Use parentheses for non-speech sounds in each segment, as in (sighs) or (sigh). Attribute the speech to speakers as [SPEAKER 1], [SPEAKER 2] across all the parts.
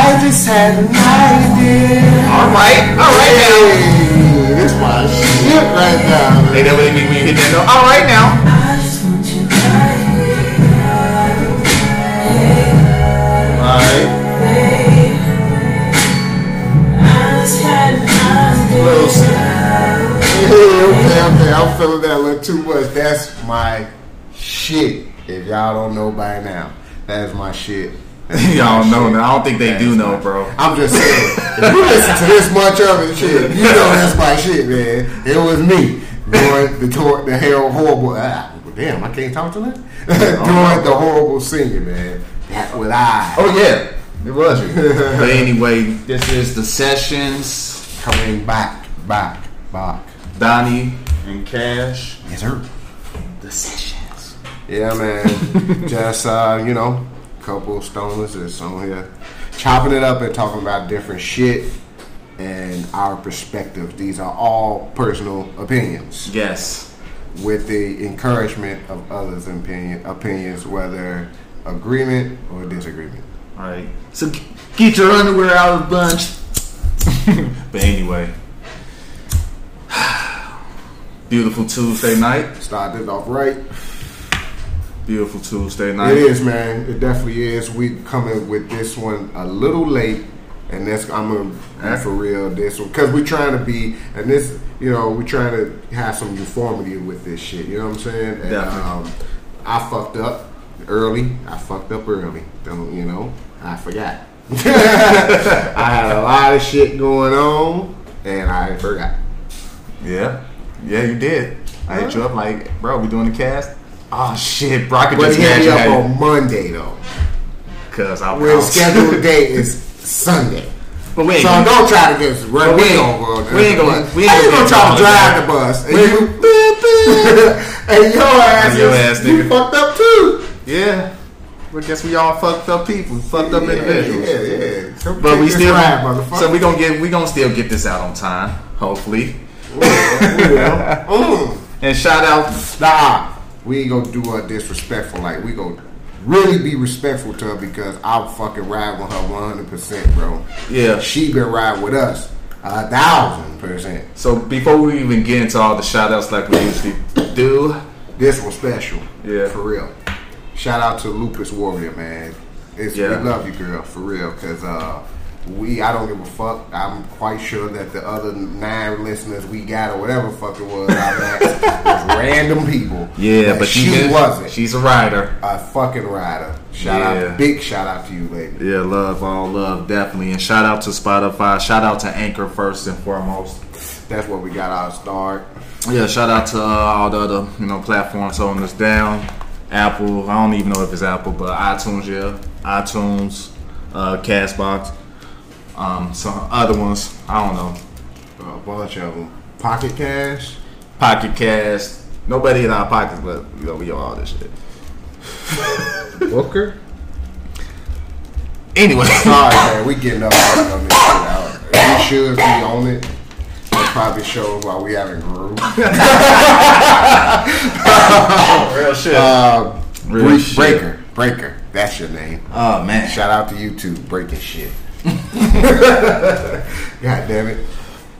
[SPEAKER 1] that night, dear.
[SPEAKER 2] All right, all right now.
[SPEAKER 1] Hey, this my shit right now. man.
[SPEAKER 2] They never leave me when you hit that note. All right now.
[SPEAKER 3] I just want you right here.
[SPEAKER 1] Alright.
[SPEAKER 3] I just had nothing.
[SPEAKER 2] Little s-
[SPEAKER 1] Yeah, okay, okay. I'm feeling that a little too much. That's my shit. If y'all don't know by now, that's my shit.
[SPEAKER 2] (laughs) Y'all know now. I don't think they do know, bro.
[SPEAKER 1] I'm just saying, if you listen to this much of it, shit, you know that's my shit, man. It was me doing the tor- the hell horrible. Ah, damn, I can't talk to that. (laughs) doing the horrible singing, man. That's what I.
[SPEAKER 2] Oh yeah, it was. you. but anyway, this is the sessions.
[SPEAKER 1] (laughs) Coming back, back, back.
[SPEAKER 2] Donnie and Cash.
[SPEAKER 1] Yes, sir.
[SPEAKER 2] The sessions.
[SPEAKER 1] Yeah, man. Just uh, you know, couple stoners that's on here, chopping it up and talking about different shit and our perspectives. These are all personal opinions,
[SPEAKER 2] Yes.
[SPEAKER 1] with the encouragement of others' opinion opinions, whether agreement or disagreement.
[SPEAKER 2] All right. So g- get your underwear out of the bunch. (laughs) but anyway, (sighs) beautiful Tuesday night.
[SPEAKER 1] Started it off right.
[SPEAKER 2] Beautiful Tuesday
[SPEAKER 1] It
[SPEAKER 2] night.
[SPEAKER 1] is, man. It definitely is. We coming with this one a little late, and that's I'm gonna be for real this one because we're trying to be and this you know we're trying to have some uniformity with this shit. You know what I'm saying? And,
[SPEAKER 2] Definitely.
[SPEAKER 1] um, I fucked up early. I fucked up early. Don't you know? I forgot. (laughs) I had a lot of shit going on, and I forgot.
[SPEAKER 2] Yeah. Yeah, you did. I hit you up like, bro, we doing the cast? Oh shit, bro, I could
[SPEAKER 1] But
[SPEAKER 2] just
[SPEAKER 1] he hit me up
[SPEAKER 2] imagine Oh,
[SPEAKER 1] on Monday though.
[SPEAKER 2] because I
[SPEAKER 1] When
[SPEAKER 2] was
[SPEAKER 1] scheduled date is Sunday.
[SPEAKER 2] (laughs) But we ain't
[SPEAKER 1] So
[SPEAKER 2] gonna-
[SPEAKER 1] don't try to just
[SPEAKER 2] Well,
[SPEAKER 1] run.
[SPEAKER 2] we
[SPEAKER 1] we
[SPEAKER 2] ain't-
[SPEAKER 1] ain't gonna.
[SPEAKER 2] we ain't gonna- we ain't
[SPEAKER 1] I ain't
[SPEAKER 2] gonna
[SPEAKER 1] gonna try to
[SPEAKER 2] get
[SPEAKER 1] drive
[SPEAKER 2] involved
[SPEAKER 1] the bus. And you, (laughs) and your ass,
[SPEAKER 2] And your
[SPEAKER 1] is-
[SPEAKER 2] ass,
[SPEAKER 1] you
[SPEAKER 2] nigga.
[SPEAKER 1] fucked up too.
[SPEAKER 2] Yeah. Well, guess we all fucked up people, fucked up individuals.
[SPEAKER 1] Yeah, yeah. yeah. So
[SPEAKER 2] But we still,
[SPEAKER 1] ride, motherfucker.
[SPEAKER 2] so we gonna get, we gonna still get this out on time, hopefully. (laughs)
[SPEAKER 1] Mm.
[SPEAKER 2] And shout out,
[SPEAKER 1] Nah, we ain't gonna do her disrespectful. Like we gonna really be respectful to her because I'll fucking ride with her one hundred percent, bro.
[SPEAKER 2] yeah.
[SPEAKER 1] She been riding with us a thousand percent.
[SPEAKER 2] So before we even get into all the shout outs like we usually do,
[SPEAKER 1] This was special.
[SPEAKER 2] Yeah.
[SPEAKER 1] For real. Shout out to Lupus Warrior, man. It's,
[SPEAKER 2] Yeah.
[SPEAKER 1] We love you, girl, for real. Because uh, we, I don't give a fuck. I'm quite sure that the other nine listeners we got or whatever fuck it was, I
[SPEAKER 2] (laughs)
[SPEAKER 1] met, was random people.
[SPEAKER 2] yeah,
[SPEAKER 1] But
[SPEAKER 2] but
[SPEAKER 1] she
[SPEAKER 2] did-
[SPEAKER 1] wasn't.
[SPEAKER 2] She's a rider.
[SPEAKER 1] a fucking rider. Shout
[SPEAKER 2] Yeah.
[SPEAKER 1] out, big shout out to you, lady.
[SPEAKER 2] Yeah, love, all love, definitely. And shout out to Spotify. Shout out to Anchor first and foremost.
[SPEAKER 1] That's what we got our start.
[SPEAKER 2] Yeah, shout out to uh, all the other you know platforms holding us down. Apple, I don't even know if it's Apple, but iTunes, yeah, iTunes, uh, Castbox, um, some other ones. I don't know.
[SPEAKER 1] A bunch of them. Pocket Cash.
[SPEAKER 2] Pocket Cast. Nobody in our pockets, but you know we on all this shit.
[SPEAKER 1] Booker.
[SPEAKER 2] Anyway,
[SPEAKER 1] Sorry, man. We getting up on this shit out. We should be on it. That probably shows why we haven't grew.
[SPEAKER 2] Oh, real shit. (laughs)
[SPEAKER 1] Uh,
[SPEAKER 2] Real
[SPEAKER 1] Bre-
[SPEAKER 2] shit.
[SPEAKER 1] Breaker. Breaker. That's your name.
[SPEAKER 2] oh man,
[SPEAKER 1] Shout out to you too. Breaking shit. (laughs) God damn it.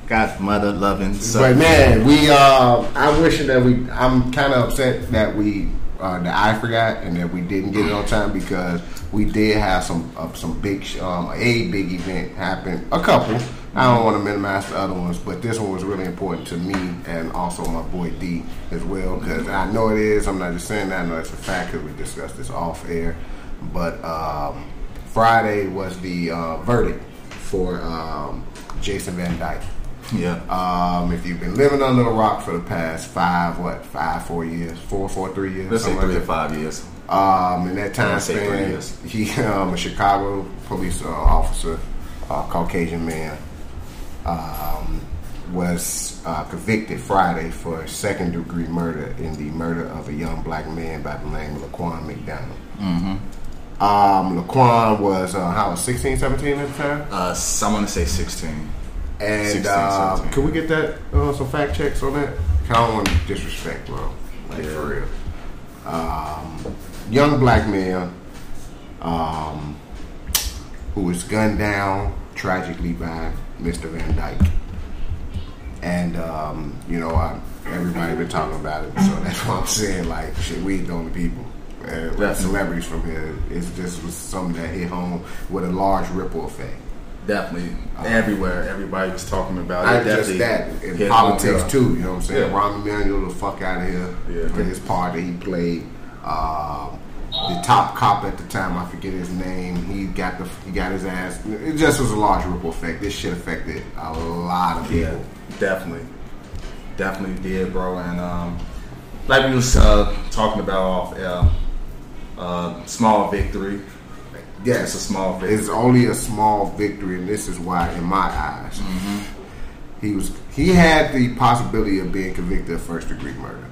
[SPEAKER 2] God mother loving. So
[SPEAKER 1] But man, we uh, I'm wishing that we. I'm kind of upset that we uh, that I forgot and that we didn't get it on time because we did have some uh, some big sh- um, a big event happen. A couple. I don't want to minimize the other ones, but this one was really important to me and also my boy D as well because I know it is. I'm not just saying that. I know it's a fact because we discussed this off air. But um, Friday was the uh, verdict for um, Jason Van Dyke.
[SPEAKER 2] yeah, Uh,
[SPEAKER 1] Um, if you've been living under a rock for the past five, what, five, four years, four, four, three years,
[SPEAKER 2] let's say
[SPEAKER 1] something
[SPEAKER 2] three
[SPEAKER 1] like
[SPEAKER 2] to five years.
[SPEAKER 1] that. Um, in that time
[SPEAKER 2] Let's say three
[SPEAKER 1] span,
[SPEAKER 2] years.
[SPEAKER 1] he, (laughs) um, a Chicago police uh, officer, uh, Caucasian man, um, was uh, convicted Friday for second degree murder in the murder of a young black man by the name of Laquan McDonald. Mm-hmm. Um, Laquan was, uh, how was 16, 17 at the time?
[SPEAKER 2] Uh, s- I want to say sixteen.
[SPEAKER 1] And
[SPEAKER 2] 16,
[SPEAKER 1] uh,
[SPEAKER 2] 17.
[SPEAKER 1] can we get that uh, some fact checks on that? 'Cause I don't want to disrespect, bro. Like
[SPEAKER 2] Yeah.
[SPEAKER 1] for real. Um, young black man um, who was gunned down tragically by Mr. Van Dyke. And um, you know, I, everybody been talking about it, so (laughs) that's what I'm saying. Like, shit, we ain't the only people. Uh, we're
[SPEAKER 2] Definitely.
[SPEAKER 1] celebrities from here. It's just was something that hit home with a large ripple effect.
[SPEAKER 2] Definitely. Everywhere. Everybody was talking about it.
[SPEAKER 1] Not Uh-huh. just
[SPEAKER 2] Definitely
[SPEAKER 1] that in
[SPEAKER 2] hit
[SPEAKER 1] politics
[SPEAKER 2] home,
[SPEAKER 1] too. You know what I'm saying?
[SPEAKER 2] Yeah.
[SPEAKER 1] Rahm Emanuel, the fuck out of here
[SPEAKER 2] Yeah.
[SPEAKER 1] for his part that he played. Um, the top cop at the time, I forget his name. He got the he got his ass. It just was a large ripple effect. This shit affected a lot of people.
[SPEAKER 2] Yeah, definitely, definitely did, bro. And um, like we was uh, talking about off air, uh, small victory. it's
[SPEAKER 1] Yes.
[SPEAKER 2] a small victory.
[SPEAKER 1] It's only a small victory, and this is why, in my eyes, he was he had the possibility of being convicted of first degree murder.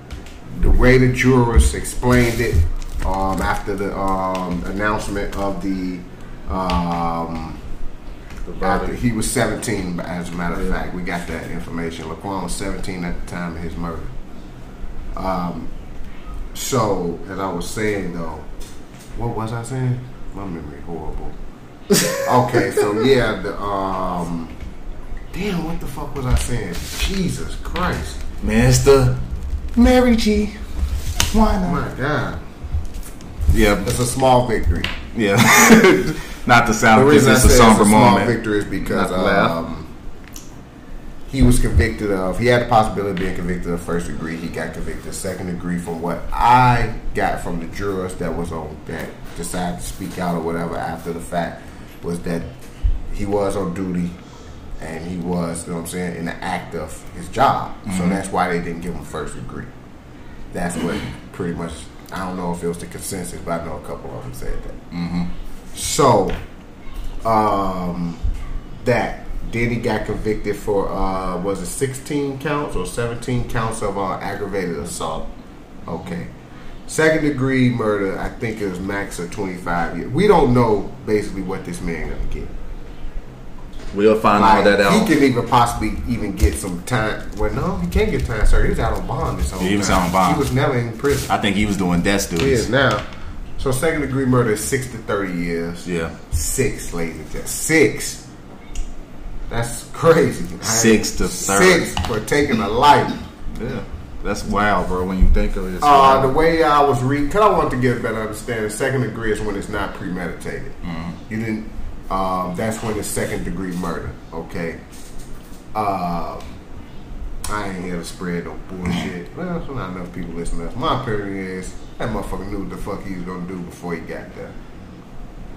[SPEAKER 1] The way the jurors explained it um, after the um, announcement of the um,
[SPEAKER 2] The
[SPEAKER 1] after
[SPEAKER 2] verdict.
[SPEAKER 1] he was 17, as a matter of
[SPEAKER 2] Yeah.
[SPEAKER 1] fact, we got that information. Laquan was 17 at the time of his murder. Um, so, as I was saying though, what was I saying? My
[SPEAKER 2] (laughs)
[SPEAKER 1] memory horrible. okay, so yeah, the um, damn, what the fuck was I saying? Jesus Christ,
[SPEAKER 2] Master Mary G. Why
[SPEAKER 1] my God,
[SPEAKER 2] Yeah,
[SPEAKER 1] it's a small victory.
[SPEAKER 2] yeah. (laughs) Not the sound.
[SPEAKER 1] The reason I
[SPEAKER 2] it's a
[SPEAKER 1] said it's a
[SPEAKER 2] somber
[SPEAKER 1] small
[SPEAKER 2] moment.
[SPEAKER 1] victory is because
[SPEAKER 2] Not laugh.
[SPEAKER 1] um, he was convicted of. He had the possibility of being convicted of first degree. He got convicted of second degree. From what I got from the jurors that was on that decided to speak out or whatever after the fact was that he was on duty and he was, you know what I'm saying, in the act of his job.
[SPEAKER 2] Mm-hmm.
[SPEAKER 1] So that's why they didn't give him first degree. That's what pretty much. I don't know if it was the consensus, but I know a couple of them said that.
[SPEAKER 2] Mm-hmm.
[SPEAKER 1] So, um, that then he got convicted for uh, was it 16 counts or 17 counts of uh, aggravated assault? Okay, second degree murder. I think it was max of 25 years. We don't know basically what this man gonna get.
[SPEAKER 2] We'll find all
[SPEAKER 1] Like,
[SPEAKER 2] that um, out.
[SPEAKER 1] He can even possibly even get some time. Well, no, he can't get time, sir. He was out on bond this whole
[SPEAKER 2] Yeah, he was
[SPEAKER 1] time.
[SPEAKER 2] out on bond.
[SPEAKER 1] He was never in prison.
[SPEAKER 2] I think he was doing death
[SPEAKER 1] He is
[SPEAKER 2] duties.
[SPEAKER 1] now. So second degree murder is six to 30 years.
[SPEAKER 2] Yeah,
[SPEAKER 1] Six, ladies and gentlemen. Six. That's crazy. right?
[SPEAKER 2] Six to
[SPEAKER 1] Six for taking a life.
[SPEAKER 2] yeah. That's wild, bro. When you think of it, it's
[SPEAKER 1] Uh, the
[SPEAKER 2] wild.
[SPEAKER 1] way I was reading, because I wanted to get a better understanding, second degree is when it's not premeditated.
[SPEAKER 2] Mm-hmm.
[SPEAKER 1] You didn't, um, that's when it's second degree murder, okay? Uh, I ain't here to spread no
[SPEAKER 2] Mm-hmm.
[SPEAKER 1] bullshit. well, there's not enough people listening. My opinion is that motherfucker knew what the fuck he was going to do before he got there.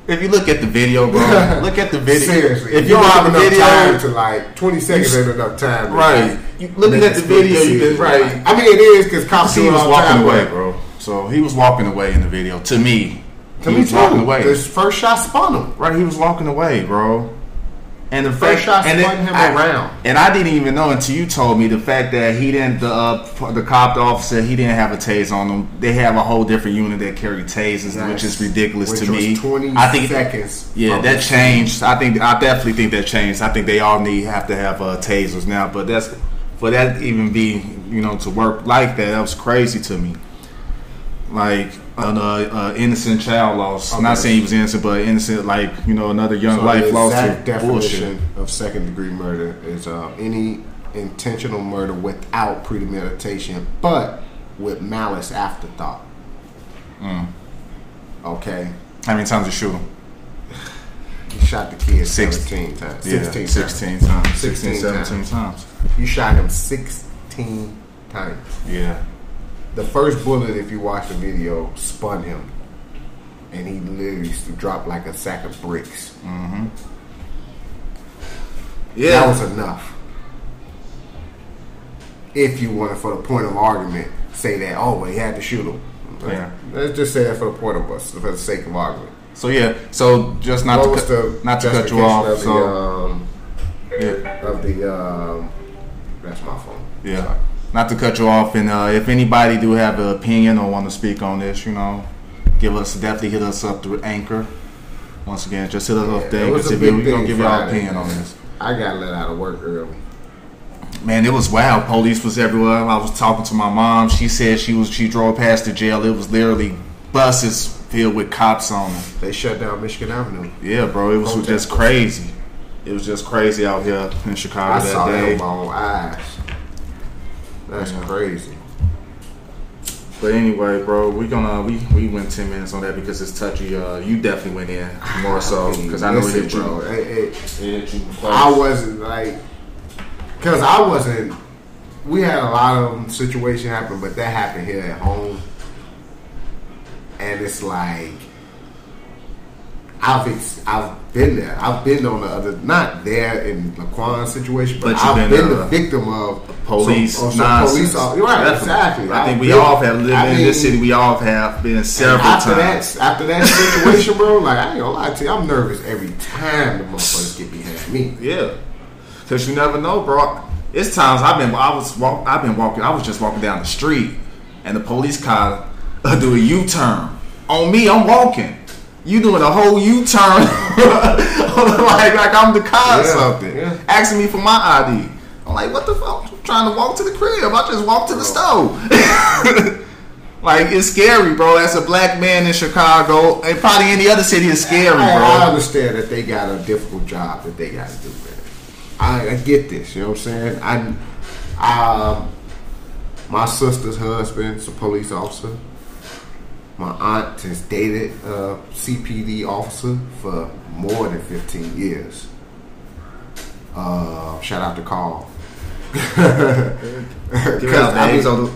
[SPEAKER 2] if you look at the video,
[SPEAKER 1] (laughs)
[SPEAKER 2] bro, look at the video.
[SPEAKER 1] Seriously,
[SPEAKER 2] if you
[SPEAKER 1] don't
[SPEAKER 2] look
[SPEAKER 1] have
[SPEAKER 2] at the
[SPEAKER 1] enough
[SPEAKER 2] video,
[SPEAKER 1] time to like twenty seconds
[SPEAKER 2] You-
[SPEAKER 1] ain't enough time. to,
[SPEAKER 2] Right.
[SPEAKER 1] like,
[SPEAKER 2] You- looking
[SPEAKER 1] make
[SPEAKER 2] at the
[SPEAKER 1] a split
[SPEAKER 2] video, you
[SPEAKER 1] decision.
[SPEAKER 2] can- right.
[SPEAKER 1] I mean, it is because cops
[SPEAKER 2] he
[SPEAKER 1] do it
[SPEAKER 2] was
[SPEAKER 1] all the time,
[SPEAKER 2] walking away,
[SPEAKER 1] but-
[SPEAKER 2] bro. So he was walking away in the video. To me,
[SPEAKER 1] To
[SPEAKER 2] he
[SPEAKER 1] me
[SPEAKER 2] was
[SPEAKER 1] too.
[SPEAKER 2] walking away.
[SPEAKER 1] This first shot spun him.
[SPEAKER 2] Right, he was walking away, bro. And the fact,
[SPEAKER 1] First shot
[SPEAKER 2] and
[SPEAKER 1] spun
[SPEAKER 2] it-
[SPEAKER 1] him
[SPEAKER 2] I-
[SPEAKER 1] around.
[SPEAKER 2] and I didn't even know until you told me the fact that he didn't. The uh, p- the cop, the officer, he didn't have a tase on him. They have a whole different unit that carry tases, which is ridiculous
[SPEAKER 1] Which
[SPEAKER 2] to
[SPEAKER 1] was
[SPEAKER 2] me.
[SPEAKER 1] Twenty
[SPEAKER 2] I think,
[SPEAKER 1] seconds.
[SPEAKER 2] yeah,
[SPEAKER 1] from
[SPEAKER 2] that
[SPEAKER 1] the-
[SPEAKER 2] changed. I think I definitely think that changed. I think they all need have to have uh, tasers now. But that's for that even be you know to work like that. That was crazy to me. Like an uh, uh, innocent child lost. I'm Not
[SPEAKER 1] Okay.
[SPEAKER 2] saying he was innocent, but innocent like you know another young
[SPEAKER 1] So
[SPEAKER 2] life
[SPEAKER 1] the
[SPEAKER 2] lost
[SPEAKER 1] exact
[SPEAKER 2] to
[SPEAKER 1] definition
[SPEAKER 2] bullshit.
[SPEAKER 1] of second degree murder is uh, any intentional murder without premeditation, but with malice afterthought.
[SPEAKER 2] Mm.
[SPEAKER 1] Okay,
[SPEAKER 2] How many times you shoot him?
[SPEAKER 1] you shot the kid
[SPEAKER 2] Six-
[SPEAKER 1] seventeen times.
[SPEAKER 2] Yeah,
[SPEAKER 1] 16 times.
[SPEAKER 2] 16 times, 16,
[SPEAKER 1] 16
[SPEAKER 2] 17 times.
[SPEAKER 1] You shot him 16 times.
[SPEAKER 2] Yeah,
[SPEAKER 1] The first bullet, if you watch the video, spun him. And he literally used to drop like a sack of bricks.
[SPEAKER 2] yeah.
[SPEAKER 1] That was enough. If you want to, for the point of argument, say that, oh, well, he had to shoot him.
[SPEAKER 2] Yeah.
[SPEAKER 1] Let's just say that for the point of us, for the sake of argument.
[SPEAKER 2] so yeah, so just not
[SPEAKER 1] what
[SPEAKER 2] to
[SPEAKER 1] was
[SPEAKER 2] cut,
[SPEAKER 1] the
[SPEAKER 2] not to cut you
[SPEAKER 1] justification
[SPEAKER 2] off.
[SPEAKER 1] Of the,
[SPEAKER 2] So
[SPEAKER 1] um,
[SPEAKER 2] yeah.
[SPEAKER 1] of the um, that's my phone.
[SPEAKER 2] Yeah.
[SPEAKER 1] Sorry.
[SPEAKER 2] Not to cut you off, and uh, if anybody do have an opinion or want to speak on this, you know, give us definitely hit us up through Anchor. Once again, just hit us
[SPEAKER 1] Yeah,
[SPEAKER 2] up
[SPEAKER 1] it
[SPEAKER 2] there
[SPEAKER 1] was
[SPEAKER 2] because
[SPEAKER 1] a
[SPEAKER 2] if you-
[SPEAKER 1] big
[SPEAKER 2] we gonna
[SPEAKER 1] thing
[SPEAKER 2] give y'all
[SPEAKER 1] Friday.
[SPEAKER 2] opinion on this.
[SPEAKER 1] I got let out of work early.
[SPEAKER 2] Man, it was wild. Police was everywhere. I was talking to my mom. She said she was she drove past the jail. It was literally buses filled with cops on them.
[SPEAKER 1] They shut down Michigan Avenue.
[SPEAKER 2] Yeah, bro, it was
[SPEAKER 1] Protest.
[SPEAKER 2] just crazy. It was just crazy out here in Chicago
[SPEAKER 1] I
[SPEAKER 2] that
[SPEAKER 1] saw that
[SPEAKER 2] day.
[SPEAKER 1] with my own eyes. That's
[SPEAKER 2] Yeah.
[SPEAKER 1] crazy.
[SPEAKER 2] But anyway, bro, we gonna we, we went ten minutes on that because it's touchy. Uh, you definitely went in more so because Oh, I know it
[SPEAKER 1] Listen,
[SPEAKER 2] hit you.
[SPEAKER 1] bro, it- it-
[SPEAKER 2] It hit you close.
[SPEAKER 1] I wasn't like, cause I wasn't. We had a lot of um, situation happen, but that happened here at home, and it's like I've ex- I've been there. I've been on the other, not there in Laquan's situation, but,
[SPEAKER 2] But you've
[SPEAKER 1] I've
[SPEAKER 2] been,
[SPEAKER 1] been, the
[SPEAKER 2] uh,
[SPEAKER 1] victim of
[SPEAKER 2] police
[SPEAKER 1] some- of some
[SPEAKER 2] nonsense.
[SPEAKER 1] Oh, police officer. Right,
[SPEAKER 2] Definitely.
[SPEAKER 1] exactly.
[SPEAKER 2] I think
[SPEAKER 1] I've
[SPEAKER 2] we
[SPEAKER 1] been-
[SPEAKER 2] all have lived
[SPEAKER 1] I
[SPEAKER 2] in this
[SPEAKER 1] mean,
[SPEAKER 2] city. We all have been several
[SPEAKER 1] after
[SPEAKER 2] times.
[SPEAKER 1] that, after that situation, bro, like I ain't gonna lie to you, I'm nervous every time the motherfuckers get behind me.
[SPEAKER 2] Yeah, because you never know, bro. It's times I've been I was walk, I've been walking I was just walking down the street and the police car uh, do a U turn on me. I'm walking. You doing a whole U (laughs) turn like like I'm the cop or
[SPEAKER 1] Yeah,
[SPEAKER 2] something.
[SPEAKER 1] yeah.
[SPEAKER 2] Asking me for my ID. I'm like, what the fuck? I'm trying to walk to the crib. I just walked to the stove. (laughs) like it's scary, bro. As a black man in Chicago and probably any other city, it's scary, bro.
[SPEAKER 1] Oh, I, I understand that they got a difficult job that they got to do, man. I, I get this. You know what I'm saying? I, um, my sister's husband's a police officer. My aunt has dated a CPD officer for more than 15 years. Uh, shout out to Carl.
[SPEAKER 2] Give it out,
[SPEAKER 1] Because I
[SPEAKER 2] names.
[SPEAKER 1] mean,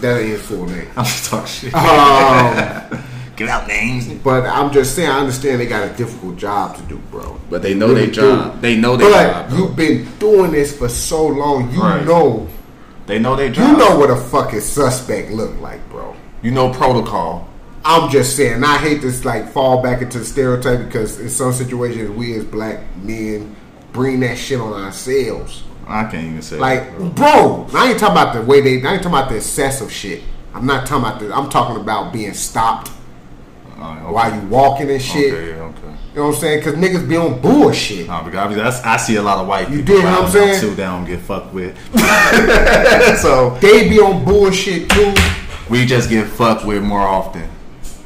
[SPEAKER 1] that ain't his full name.
[SPEAKER 2] I'm just talking shit.
[SPEAKER 1] Um,
[SPEAKER 2] Give out names.
[SPEAKER 1] But I'm just saying, I understand they got a difficult job to do, bro.
[SPEAKER 2] But they know their
[SPEAKER 1] Really
[SPEAKER 2] job.
[SPEAKER 1] do.
[SPEAKER 2] They know their
[SPEAKER 1] But
[SPEAKER 2] job. though.
[SPEAKER 1] you've been doing this for so long, you
[SPEAKER 2] Right.
[SPEAKER 1] know,
[SPEAKER 2] they know their job.
[SPEAKER 1] you know what a fucking suspect look like, bro.
[SPEAKER 2] You know protocol.
[SPEAKER 1] I'm just saying, I hate this like fall back into the stereotype because in some situations we as black men bring that shit on ourselves.
[SPEAKER 2] I can't even say.
[SPEAKER 1] Like, bro, I ain't talking about the way they. I ain't talking about the excessive shit. I'm not talking about the. I'm talking about being stopped
[SPEAKER 2] All right, okay.
[SPEAKER 1] while you walking and shit.
[SPEAKER 2] Okay, yeah, okay.
[SPEAKER 1] You know what I'm saying? Because niggas be on bullshit.
[SPEAKER 2] Nah, because obviously that's, I see a lot of white
[SPEAKER 1] You
[SPEAKER 2] people
[SPEAKER 1] dig what I'm
[SPEAKER 2] around
[SPEAKER 1] saying?
[SPEAKER 2] too. They don't get fucked with. (laughs) so
[SPEAKER 1] they be on bullshit too.
[SPEAKER 2] we just get fucked with more often.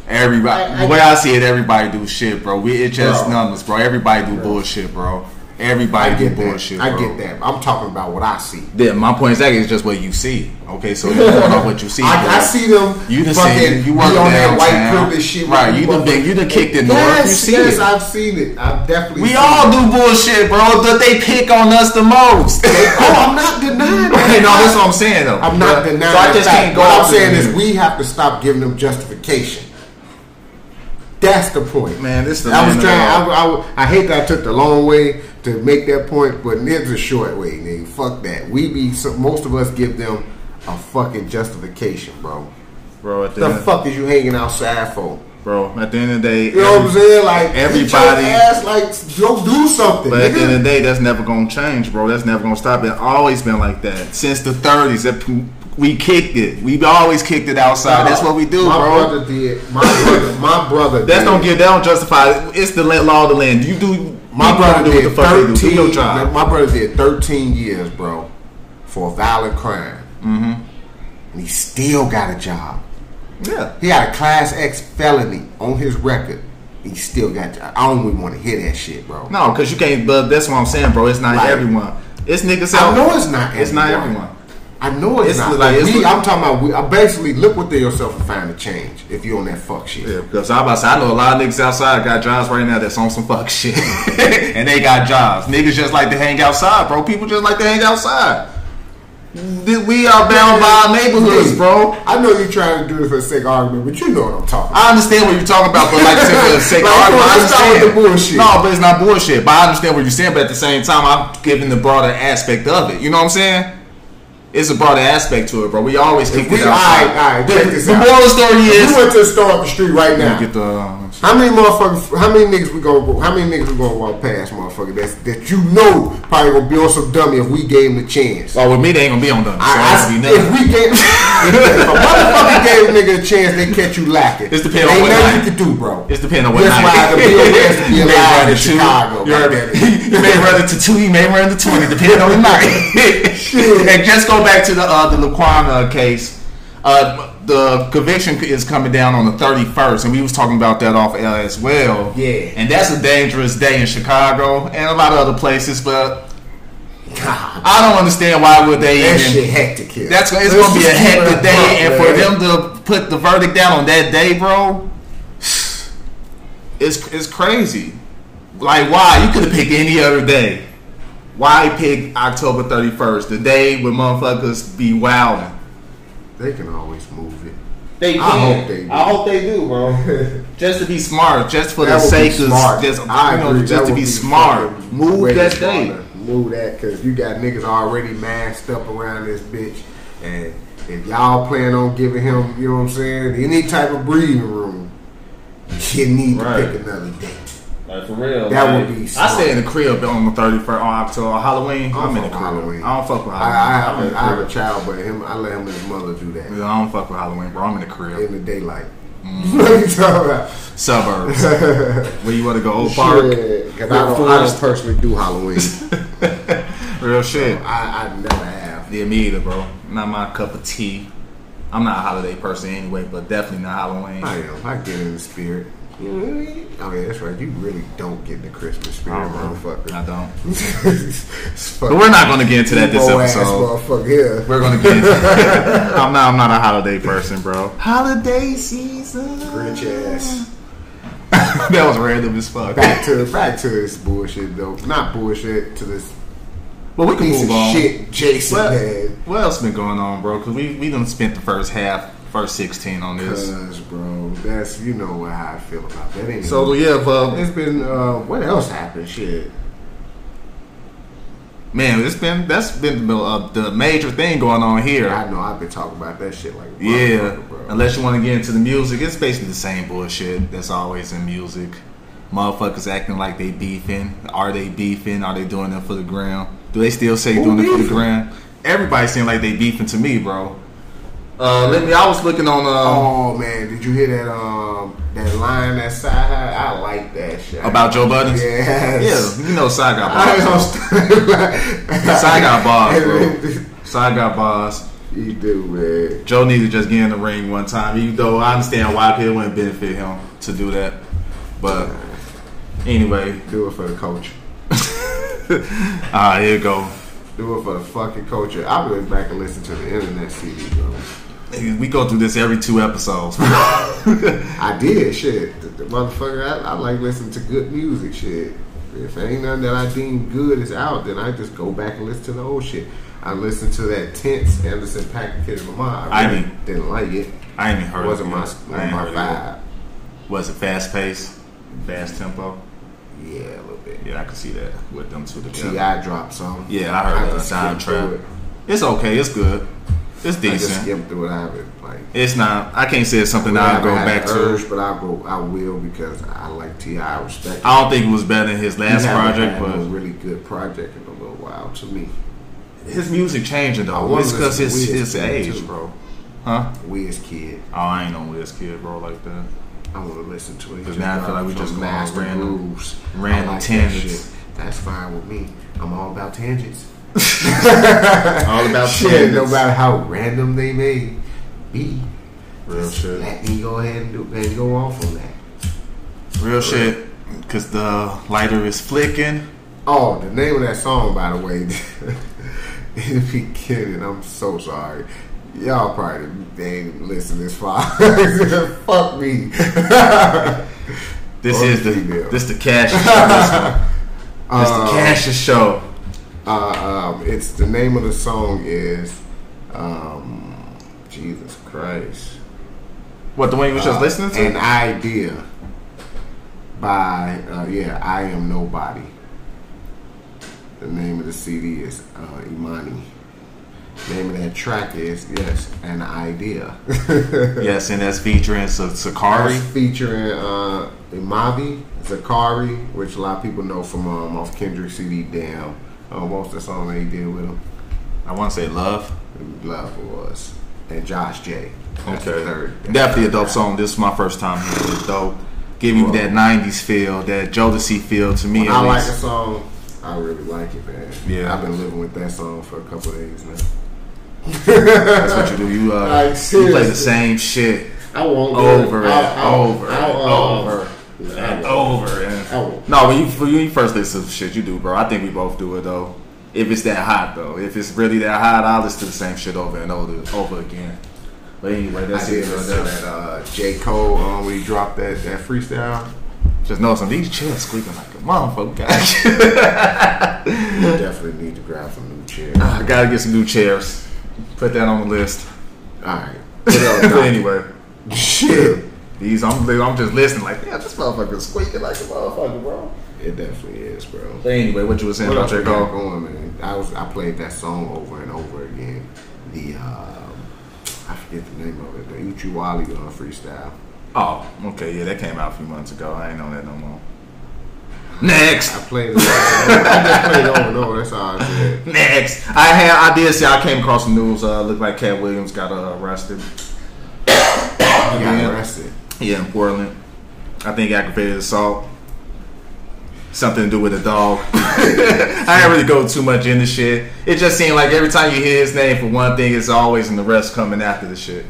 [SPEAKER 2] Everybody,
[SPEAKER 1] I- I-
[SPEAKER 2] the way I see it, everybody do shit, bro. We it just
[SPEAKER 1] Bro.
[SPEAKER 2] numbers, bro. Everybody do bullshit, bro. Everybody
[SPEAKER 1] I get
[SPEAKER 2] do
[SPEAKER 1] that.
[SPEAKER 2] bullshit.
[SPEAKER 1] I
[SPEAKER 2] bro.
[SPEAKER 1] get that. I'm talking about what I see.
[SPEAKER 2] Yeah, my point exactly is just what you see. Okay,
[SPEAKER 1] (laughs)
[SPEAKER 2] so you going off what you see.
[SPEAKER 1] I,
[SPEAKER 2] bro.
[SPEAKER 1] I see them.
[SPEAKER 2] You done
[SPEAKER 1] fucking
[SPEAKER 2] seen- you
[SPEAKER 1] be
[SPEAKER 2] work
[SPEAKER 1] on that white
[SPEAKER 2] downtown.
[SPEAKER 1] privilege shit.
[SPEAKER 2] Right,
[SPEAKER 1] with
[SPEAKER 2] you done been- you done kicked it north.
[SPEAKER 1] Yes,
[SPEAKER 2] You see
[SPEAKER 1] yes,
[SPEAKER 2] it.
[SPEAKER 1] I've seen it. I've definitely.
[SPEAKER 2] We
[SPEAKER 1] seen
[SPEAKER 2] all
[SPEAKER 1] It.
[SPEAKER 2] do bullshit, bro. That they pick on us the most.
[SPEAKER 1] Oh, I'm not denying.
[SPEAKER 2] (laughs) Hey,
[SPEAKER 1] that.
[SPEAKER 2] no, that's what I'm saying though.
[SPEAKER 1] I'm not
[SPEAKER 2] But-
[SPEAKER 1] denying.
[SPEAKER 2] So I
[SPEAKER 1] that
[SPEAKER 2] just
[SPEAKER 1] fact.
[SPEAKER 2] can't go.
[SPEAKER 1] What
[SPEAKER 2] off
[SPEAKER 1] I'm saying
[SPEAKER 2] the-
[SPEAKER 1] is, we have to stop giving them justification. That's the point,
[SPEAKER 2] Man, this the
[SPEAKER 1] I was
[SPEAKER 2] man
[SPEAKER 1] trying.
[SPEAKER 2] of-
[SPEAKER 1] I, I, I hate that I took the long way to make that point, but there's a short way, nigga. Fuck that. We be so, most of us give them a fucking justification, bro.
[SPEAKER 2] bro. At the,
[SPEAKER 1] The
[SPEAKER 2] end,
[SPEAKER 1] fuck is you hanging outside for?
[SPEAKER 2] bro. At the end of the day,
[SPEAKER 1] You know what I'm saying? Like
[SPEAKER 2] Everybody-
[SPEAKER 1] everybody, ass, like go do something.
[SPEAKER 2] But at the end of
[SPEAKER 1] Nigga.
[SPEAKER 2] the day, that's never gonna change, bro. That's never gonna stop. It always been like that since the '30s. That p- we kicked it. We always kicked it outside. That's what we do,
[SPEAKER 1] my
[SPEAKER 2] bro.
[SPEAKER 1] brother did. My brother, my brother.
[SPEAKER 2] That's
[SPEAKER 1] did.
[SPEAKER 2] don't get. That don't justify. it. It's the la- law of the land. You do.
[SPEAKER 1] My
[SPEAKER 2] you
[SPEAKER 1] brother
[SPEAKER 2] do
[SPEAKER 1] did
[SPEAKER 2] what the fuck you do. Do
[SPEAKER 1] thirteen.
[SPEAKER 2] your job.
[SPEAKER 1] My brother did thirteen years, bro, for a violent crime, mm-hmm. and he still got a job.
[SPEAKER 2] Yeah.
[SPEAKER 1] He had a class X felony on his record. He still got. I don't even want to hear that shit, bro.
[SPEAKER 2] No, because you can't. But that's what I'm saying, bro. It's not
[SPEAKER 1] Like-
[SPEAKER 2] everyone. It's niggas out.
[SPEAKER 1] I know it's not.
[SPEAKER 2] It's not everyone.
[SPEAKER 1] I know it's,
[SPEAKER 2] It's
[SPEAKER 1] not.
[SPEAKER 2] like-
[SPEAKER 1] Like,
[SPEAKER 2] it's
[SPEAKER 1] we,
[SPEAKER 2] like-
[SPEAKER 1] I'm talking about. We, I basically look within yourself and find a change if you on that fuck shit.
[SPEAKER 2] Yeah, because I'm about to say, I know a lot of niggas outside got jobs right now that's on some fuck shit. (laughs) and they got jobs. Niggas just like to hang outside, bro. People just like to hang outside. Th- We are bound by our neighborhoods,
[SPEAKER 1] Hey,
[SPEAKER 2] bro.
[SPEAKER 1] I know you're trying to do this for the sake of argument, but you know what I'm talking about.
[SPEAKER 2] I understand what you're talking about, but like I said, for the sake of
[SPEAKER 1] Like,
[SPEAKER 2] argument, I
[SPEAKER 1] let's start with
[SPEAKER 2] understand.
[SPEAKER 1] the bullshit.
[SPEAKER 2] No, but it's not bullshit. But I understand what you're saying, but at the same time, I'm giving the broader aspect of it. You know what I'm saying? It's a broader aspect to it, bro. We always kick
[SPEAKER 1] we-
[SPEAKER 2] it
[SPEAKER 1] all right, all right,
[SPEAKER 2] outside.
[SPEAKER 1] check
[SPEAKER 2] The-
[SPEAKER 1] this
[SPEAKER 2] the
[SPEAKER 1] out.
[SPEAKER 2] moral of the story
[SPEAKER 1] If
[SPEAKER 2] is.
[SPEAKER 1] you went to the store up the street right
[SPEAKER 2] Let
[SPEAKER 1] now.
[SPEAKER 2] me get the, um,
[SPEAKER 1] How many motherfuckers? How many niggas we gonna? How many niggas we gonna walk past, motherfucker? That's that you know probably gonna be on some dummy if we gave him the chance.
[SPEAKER 2] well, with me, they ain't gonna be on done. So
[SPEAKER 1] I- I-
[SPEAKER 2] I, don't Oh, be
[SPEAKER 1] if
[SPEAKER 2] nothing.
[SPEAKER 1] we gave (laughs) if a motherfucker gave a nigga a chance, they catch you lacking.
[SPEAKER 2] It's depend on
[SPEAKER 1] Ain't
[SPEAKER 2] what
[SPEAKER 1] nothing
[SPEAKER 2] night.
[SPEAKER 1] you can do, bro.
[SPEAKER 2] It's depending on what
[SPEAKER 1] That's
[SPEAKER 2] night.
[SPEAKER 1] why
[SPEAKER 2] (laughs)
[SPEAKER 1] the Bill has to be
[SPEAKER 2] You may
[SPEAKER 1] alive
[SPEAKER 2] run
[SPEAKER 1] in
[SPEAKER 2] to two,
[SPEAKER 1] Chicago,
[SPEAKER 2] You, heard me.
[SPEAKER 1] goddamn
[SPEAKER 2] (laughs)
[SPEAKER 1] it.
[SPEAKER 2] You may run into two. You may run into
[SPEAKER 1] (laughs)
[SPEAKER 2] twenty, depending on the night. and just go back to the uh, the Laquan uh, case. Uh, the conviction is coming down on the 31st, and we was talking about that off air as well.
[SPEAKER 4] Yeah.
[SPEAKER 2] And that's a dangerous day in Chicago and a lot of other places, but
[SPEAKER 4] God,
[SPEAKER 2] I don't understand why would they
[SPEAKER 4] that
[SPEAKER 2] even.
[SPEAKER 4] shit hectic here.
[SPEAKER 2] That's
[SPEAKER 4] Let's
[SPEAKER 2] it's gonna be a
[SPEAKER 4] just keep it
[SPEAKER 2] hectic
[SPEAKER 4] up,
[SPEAKER 2] day, and for
[SPEAKER 4] man.
[SPEAKER 2] them to put the verdict down on that day, bro, it's it's crazy. Like, why you could have picked any other day? Why pick October thirty first, the day when motherfuckers be wilding?
[SPEAKER 1] They can always move it.
[SPEAKER 2] They
[SPEAKER 1] I can. hope they do. I
[SPEAKER 2] hope they do, bro. (laughs) just to be smart, just for
[SPEAKER 1] That
[SPEAKER 2] the
[SPEAKER 1] would be
[SPEAKER 2] sake of
[SPEAKER 1] smart.
[SPEAKER 2] just
[SPEAKER 1] I
[SPEAKER 2] you know,
[SPEAKER 1] agree. That
[SPEAKER 2] just to
[SPEAKER 1] would
[SPEAKER 2] be
[SPEAKER 1] be
[SPEAKER 2] smart,
[SPEAKER 1] fucking way
[SPEAKER 2] move that day.
[SPEAKER 1] smarter. Move that because you got niggas already masked up around this bitch, and if y'all plan on giving him, you know what I'm saying, any type of breathing room, you need
[SPEAKER 2] Right.
[SPEAKER 1] to pick another day.
[SPEAKER 2] Like for real,
[SPEAKER 1] That like- would be
[SPEAKER 2] I stay
[SPEAKER 1] smart.
[SPEAKER 2] in the crib on the thirty first on October Halloween.
[SPEAKER 1] I don't
[SPEAKER 2] I'm in the
[SPEAKER 1] fuck with
[SPEAKER 2] crib.
[SPEAKER 1] Halloween.
[SPEAKER 2] I don't fuck with
[SPEAKER 1] I,
[SPEAKER 2] Halloween.
[SPEAKER 1] I,
[SPEAKER 2] I'm in
[SPEAKER 1] have,
[SPEAKER 2] the
[SPEAKER 1] a, I have a
[SPEAKER 2] crib.
[SPEAKER 1] child, but him, I let him and his mother do that
[SPEAKER 2] Yeah, I don't fuck with Halloween, bro. I'm in the crib.
[SPEAKER 1] in the daylight. (laughs) what are you talking about? (laughs)
[SPEAKER 2] Suburbs. Where you want to go? Old Park.
[SPEAKER 1] Shit, 'cause I don't, I don't personally do Halloween.
[SPEAKER 2] Real shit.
[SPEAKER 1] I, I never have.
[SPEAKER 2] Yeah, me either, bro. Not my cup of tea. I'm not a holiday person anyway, but definitely not Halloween.
[SPEAKER 1] I am. I get in the spirit. You know what I mean? Oh yeah, that's right. You really don't get in the Christmas spirit,
[SPEAKER 2] I don't.
[SPEAKER 1] (laughs)
[SPEAKER 2] I
[SPEAKER 1] motherfucker.
[SPEAKER 2] don't.
[SPEAKER 1] It's
[SPEAKER 2] But we're not going to get into that this
[SPEAKER 1] fucking emo-ass
[SPEAKER 2] episode.
[SPEAKER 1] motherfucker here.
[SPEAKER 2] We're gonna
[SPEAKER 1] (laughs)
[SPEAKER 2] get. Into I'm not. I'm not a holiday person, bro. Holiday season.
[SPEAKER 1] Grinch (laughs) ass.
[SPEAKER 2] that was random as fuck.
[SPEAKER 1] Back to back to this bullshit though. Not bullshit to this
[SPEAKER 2] But we can
[SPEAKER 1] piece
[SPEAKER 2] move
[SPEAKER 1] of
[SPEAKER 2] on.
[SPEAKER 1] shit Jason
[SPEAKER 2] What,
[SPEAKER 1] had.
[SPEAKER 2] what else been going on, bro? Because we we done spent the first half, first sixteen on this.
[SPEAKER 1] Cause bro, that's you know what how I feel about that. Ain't
[SPEAKER 2] So
[SPEAKER 1] even-
[SPEAKER 2] yeah, but
[SPEAKER 1] it's been uh, what else happened? Shit.
[SPEAKER 2] man, it's been that's been the, uh, the major thing going on here.
[SPEAKER 1] I know I've been talking about that shit like a
[SPEAKER 2] yeah,
[SPEAKER 1] motherfucker, bro.
[SPEAKER 2] unless you want to get into the music, it's basically the same bullshit that's always in music. Motherfuckers acting like they beefing. Are they beefing? Are they doing it for the gram? Do they still say
[SPEAKER 1] Who
[SPEAKER 2] doing it for the
[SPEAKER 1] beefing?
[SPEAKER 2] gram? Everybody seem like they beefing to me, bro. Uh, let me. I was looking on. Uh,
[SPEAKER 1] Oh man, did you hear that um that line that side high? I like that shit.
[SPEAKER 2] About Joe Budden?
[SPEAKER 1] Oh. (laughs) Yes.
[SPEAKER 2] Yeah, you know Sai got
[SPEAKER 1] I
[SPEAKER 2] bars. Sai got bars,
[SPEAKER 1] bro.
[SPEAKER 2] bro. Sai got bars.
[SPEAKER 1] (laughs) You do, man.
[SPEAKER 2] Joe needs to just get in the ring one time, even though I understand why it wouldn't benefit him to do that. But anyway,
[SPEAKER 1] Do it for the culture.
[SPEAKER 2] ah, here you go.
[SPEAKER 1] Do it for the fucking culture. I went back and listened to the internet CD, bro.
[SPEAKER 2] We go through this every two episodes. (laughs)
[SPEAKER 1] I did shit. The, the motherfucker, I, I like listening to good music, shit. If ain't nothing that I deem good is out, then I just go back and listen to the old shit. I listened to that tense Anderson Pack Kid Lamar.
[SPEAKER 2] I
[SPEAKER 1] really
[SPEAKER 2] mean-
[SPEAKER 1] didn't like it.
[SPEAKER 2] I ain't even
[SPEAKER 1] It
[SPEAKER 2] heard.
[SPEAKER 1] wasn't my
[SPEAKER 2] of it. I ain't
[SPEAKER 1] my
[SPEAKER 2] heard of it.
[SPEAKER 1] vibe.
[SPEAKER 2] Was it fast pace, fast tempo?
[SPEAKER 1] Yeah, a little bit.
[SPEAKER 2] Yeah, I could see that with them two together.
[SPEAKER 1] Ti dropped some.
[SPEAKER 2] Yeah, I heard
[SPEAKER 1] just
[SPEAKER 2] that time
[SPEAKER 1] skimmed
[SPEAKER 2] trap.
[SPEAKER 1] through it.
[SPEAKER 2] It's okay. It's good. It's
[SPEAKER 1] I just
[SPEAKER 2] decent.
[SPEAKER 1] skimmed through it. I haven't like.
[SPEAKER 2] It's not. I can't say it's something that I'll
[SPEAKER 1] haven't
[SPEAKER 2] go
[SPEAKER 1] had
[SPEAKER 2] back
[SPEAKER 1] the
[SPEAKER 2] to.
[SPEAKER 1] urge, but I go. I will because I like Ti. I respect. him.
[SPEAKER 2] I don't think it was better than his
[SPEAKER 1] He
[SPEAKER 2] last
[SPEAKER 1] haven't
[SPEAKER 2] project,
[SPEAKER 1] had a
[SPEAKER 2] but
[SPEAKER 1] really good project in a little while to me.
[SPEAKER 2] his music changing
[SPEAKER 1] I
[SPEAKER 2] though.
[SPEAKER 1] wanna
[SPEAKER 2] It's because
[SPEAKER 1] listen
[SPEAKER 2] his
[SPEAKER 1] to Wiz
[SPEAKER 2] his
[SPEAKER 1] Kid,
[SPEAKER 2] age,
[SPEAKER 1] too.
[SPEAKER 2] bro. Huh?
[SPEAKER 1] Wiz Kid,
[SPEAKER 2] Oh, I ain't on Wiz Kid, bro, like that.
[SPEAKER 1] (laughs) I want to listen to it.
[SPEAKER 2] But now I feel like we
[SPEAKER 1] from
[SPEAKER 2] just going on
[SPEAKER 1] master
[SPEAKER 2] random-
[SPEAKER 1] grooves.
[SPEAKER 2] random
[SPEAKER 1] I like that
[SPEAKER 2] tangents.
[SPEAKER 1] shit. That's fine with me. I'm all about tangents.
[SPEAKER 2] All about
[SPEAKER 1] Shit, (laughs) no matter how random they may be,
[SPEAKER 2] Real
[SPEAKER 1] just
[SPEAKER 2] shit.
[SPEAKER 1] Let me go ahead and do and go off on that.
[SPEAKER 2] Real shit. Cause the lighter is flicking.
[SPEAKER 1] Oh, the name of that song, by the way, (laughs) in the beginning, I'm so sorry. Y'all probably they ain't listen this far. (laughs) Fuck me. (laughs)
[SPEAKER 2] This
[SPEAKER 1] Or
[SPEAKER 2] is the
[SPEAKER 1] female.
[SPEAKER 2] this the
[SPEAKER 1] (laughs)
[SPEAKER 2] cash show. This, one. This the cash show.
[SPEAKER 1] Uh, um, it's the name of the song is um, Jesus Christ.
[SPEAKER 2] What the one you was
[SPEAKER 1] uh,
[SPEAKER 2] just listening to?
[SPEAKER 1] An idea by uh, yeah, I am nobody. The name of the CD is uh, Imani. Name of that track is yes,
[SPEAKER 2] (laughs)
[SPEAKER 1] an idea.
[SPEAKER 2] yes, and that's featuring Sa- Sakari.
[SPEAKER 1] That's featuring uh, Imavi Zakari, which a lot of people know from um, off Kendrick CD. Damn, uh, what's the song that he did with him?
[SPEAKER 2] I want to say love.
[SPEAKER 1] Love was and Josh J. That's the third.
[SPEAKER 2] Definitely a dope song. This is my first time hearing it. Dope. Give you that '90s feel, that Jodeci feel to me.
[SPEAKER 1] When
[SPEAKER 2] at
[SPEAKER 1] I like
[SPEAKER 2] least.
[SPEAKER 1] the song. I really like it, man.
[SPEAKER 2] Yeah.
[SPEAKER 1] I've been living with that song for a couple of days now.
[SPEAKER 2] That's what you do. You, uh,
[SPEAKER 1] Like,
[SPEAKER 2] you play the
[SPEAKER 1] seriously.
[SPEAKER 2] same shit
[SPEAKER 1] I won't do it.
[SPEAKER 2] over and
[SPEAKER 1] I'll- I'll-
[SPEAKER 2] over and
[SPEAKER 1] I'll, uh,
[SPEAKER 2] over and
[SPEAKER 1] I won't.
[SPEAKER 2] over. And
[SPEAKER 1] I won't.
[SPEAKER 2] no, when you when you first listen to some shit, you do, bro. I think we both do it though. If it's that hot though, if it's really that hot, I will listen to the same shit over and over over again. But anyway,
[SPEAKER 1] I
[SPEAKER 2] that's
[SPEAKER 1] did
[SPEAKER 2] it.
[SPEAKER 1] listen to
[SPEAKER 2] That.
[SPEAKER 1] that uh, J Cole um, when he dropped that that freestyle.
[SPEAKER 2] Just know some these chairs squeaking like a motherfucker. (laughs) guys.
[SPEAKER 1] (laughs) Definitely need to grab some new chairs. All
[SPEAKER 2] I gotta get some new chairs. Put that on the list.
[SPEAKER 1] right.
[SPEAKER 2] but anyway,
[SPEAKER 1] (laughs) Shit.
[SPEAKER 2] these I'm I'm just listening like, yeah, this motherfucker squeaking like a motherfucker, bro.
[SPEAKER 1] It definitely is, bro.
[SPEAKER 2] But anyway, what you was saying
[SPEAKER 1] What
[SPEAKER 2] about
[SPEAKER 1] else we
[SPEAKER 2] your
[SPEAKER 1] got
[SPEAKER 2] goal?
[SPEAKER 1] going, man? I was I played that song over and over again. The um, I forget the name of it. The Uchiwali on freestyle.
[SPEAKER 2] Oh, okay, yeah, that came out a few months ago. I ain't on that no more. Next,
[SPEAKER 1] I played it. (laughs) Over and over. I just played it over and over. That's all I did.
[SPEAKER 2] next. I had I did see I came across the news. Uh, looked like Cat Williams got uh, arrested.
[SPEAKER 1] I
[SPEAKER 2] Yeah.
[SPEAKER 1] got arrested.
[SPEAKER 2] Yeah, in Portland. I think aggravated assault. Something to do with a dog. (laughs) I didn't really go too much into shit. It just seemed like every time you hear his name for one thing, it's always an arrest coming after the shit.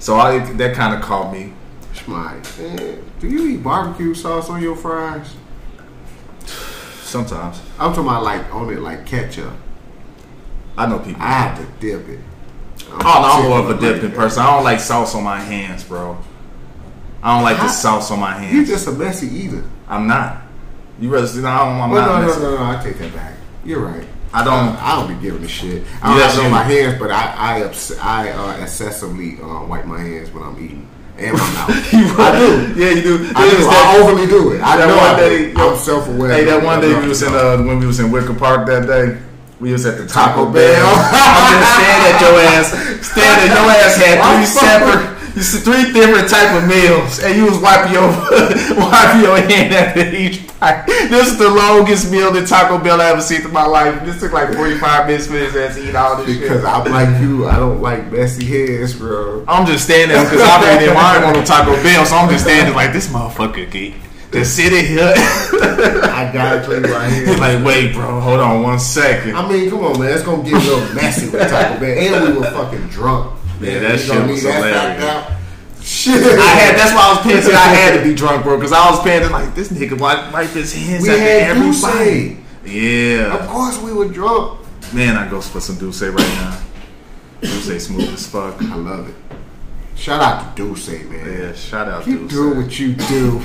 [SPEAKER 2] So I, that kind of caught me.
[SPEAKER 1] Schmike, man, do you eat barbecue sauce on your fries?
[SPEAKER 2] Sometimes
[SPEAKER 1] I'm talking about like on it like ketchup.
[SPEAKER 2] I know people.
[SPEAKER 1] I have to dip it.
[SPEAKER 2] Oh, no, I'm more of a
[SPEAKER 1] particular
[SPEAKER 2] dipping
[SPEAKER 1] like
[SPEAKER 2] person. I don't like sauce on my hands, bro. I don't like the sauce on my
[SPEAKER 1] that. You're
[SPEAKER 2] hands.
[SPEAKER 1] just a messy eater.
[SPEAKER 2] I'm not. You rather see? No, I'm, I'm
[SPEAKER 1] Oh, no,
[SPEAKER 2] not.
[SPEAKER 1] no,
[SPEAKER 2] messy.
[SPEAKER 1] no, no, I take that back. You're right.
[SPEAKER 2] I
[SPEAKER 1] (laughs)
[SPEAKER 2] don't-
[SPEAKER 1] I, don't be giving a shit. I
[SPEAKER 2] Yeah,
[SPEAKER 1] don't have it
[SPEAKER 2] you-
[SPEAKER 1] on my hands, but I, I, obs- I uh, excessively uh, wipe my hands when I'm eating and
[SPEAKER 2] (laughs)
[SPEAKER 1] my mouth.
[SPEAKER 2] I do. Yeah, you do.
[SPEAKER 1] I
[SPEAKER 2] It's
[SPEAKER 1] do.
[SPEAKER 2] that-
[SPEAKER 1] I overly do it. I
[SPEAKER 2] that
[SPEAKER 1] know
[SPEAKER 2] one
[SPEAKER 1] I
[SPEAKER 2] day-
[SPEAKER 1] do. I'm self-aware.
[SPEAKER 2] Hey, that one day we was in uh, when we was in Wicker Park that day. We was at the Taco,
[SPEAKER 1] Taco
[SPEAKER 2] Bell. (laughs)
[SPEAKER 1] Bell.
[SPEAKER 2] I'm just staring at your ass. Staring at your ass had three separate, you see, three different type of meals, and you was wiping your (laughs) wiping your hand after each bite. This is the longest meal that Taco Bell I ever seen in my life. This took like 45 minutes for his ass to eat all this
[SPEAKER 1] because
[SPEAKER 2] shit.
[SPEAKER 1] I'm like you. I don't like messy hands, bro.
[SPEAKER 2] I'm just standing there because I've been in line on the Taco Bell, so I'm just standing like this motherfucker geek. Just sitting here. (laughs)
[SPEAKER 1] I gotta clean my hands.
[SPEAKER 2] He's like, wait, bro, hold on one second.
[SPEAKER 1] I mean, come on, man. It's gonna get a little messy with Taco Bell, and we were fucking drunk.
[SPEAKER 2] Yeah,
[SPEAKER 1] Man,
[SPEAKER 2] that
[SPEAKER 1] you
[SPEAKER 2] shit
[SPEAKER 1] gonna
[SPEAKER 2] was
[SPEAKER 1] need
[SPEAKER 2] hilarious.
[SPEAKER 1] fact out. Shit,
[SPEAKER 2] I had that's why I was panting. I had
[SPEAKER 1] (laughs)
[SPEAKER 2] to be drunk, bro, because I was panting like this nigga wipe, wipe his hands
[SPEAKER 1] We
[SPEAKER 2] after
[SPEAKER 1] had
[SPEAKER 2] every
[SPEAKER 1] Douce.
[SPEAKER 2] bite.
[SPEAKER 1] Of
[SPEAKER 2] Yeah,
[SPEAKER 1] course, we were drunk.
[SPEAKER 2] man, I go for some Douce right now. Douce smooth as fuck.
[SPEAKER 1] I love it. Shout out to Duce, man.
[SPEAKER 2] Yeah, shout out
[SPEAKER 1] Keep
[SPEAKER 2] Douce.
[SPEAKER 1] doing what
[SPEAKER 2] (laughs)
[SPEAKER 1] you do.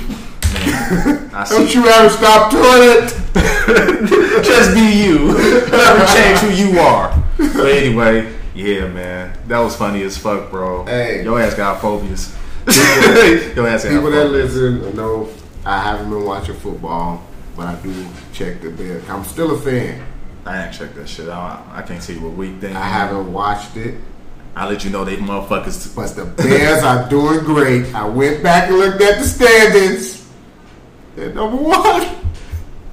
[SPEAKER 2] I
[SPEAKER 1] Don't
[SPEAKER 2] see.
[SPEAKER 1] you ever stop doing it.
[SPEAKER 2] (laughs) Just be
[SPEAKER 1] (laughs)
[SPEAKER 2] you. Never change who you are. But anyway, yeah, man, that was funny as fuck, bro.
[SPEAKER 1] Hey.
[SPEAKER 2] your ass got
[SPEAKER 1] (laughs)
[SPEAKER 2] phobias. (laughs) your ass got
[SPEAKER 1] People that
[SPEAKER 2] phobias.
[SPEAKER 1] listen know I haven't been watching football, but I do check the bill. I'm still a fan.
[SPEAKER 2] I ain't check that shit out. I can't see what weak thing.
[SPEAKER 1] I haven't watched it,
[SPEAKER 2] I let you know they motherfuckers.
[SPEAKER 1] but the Bears are doing great. I went back and looked at the standings. They're number one. (sighs)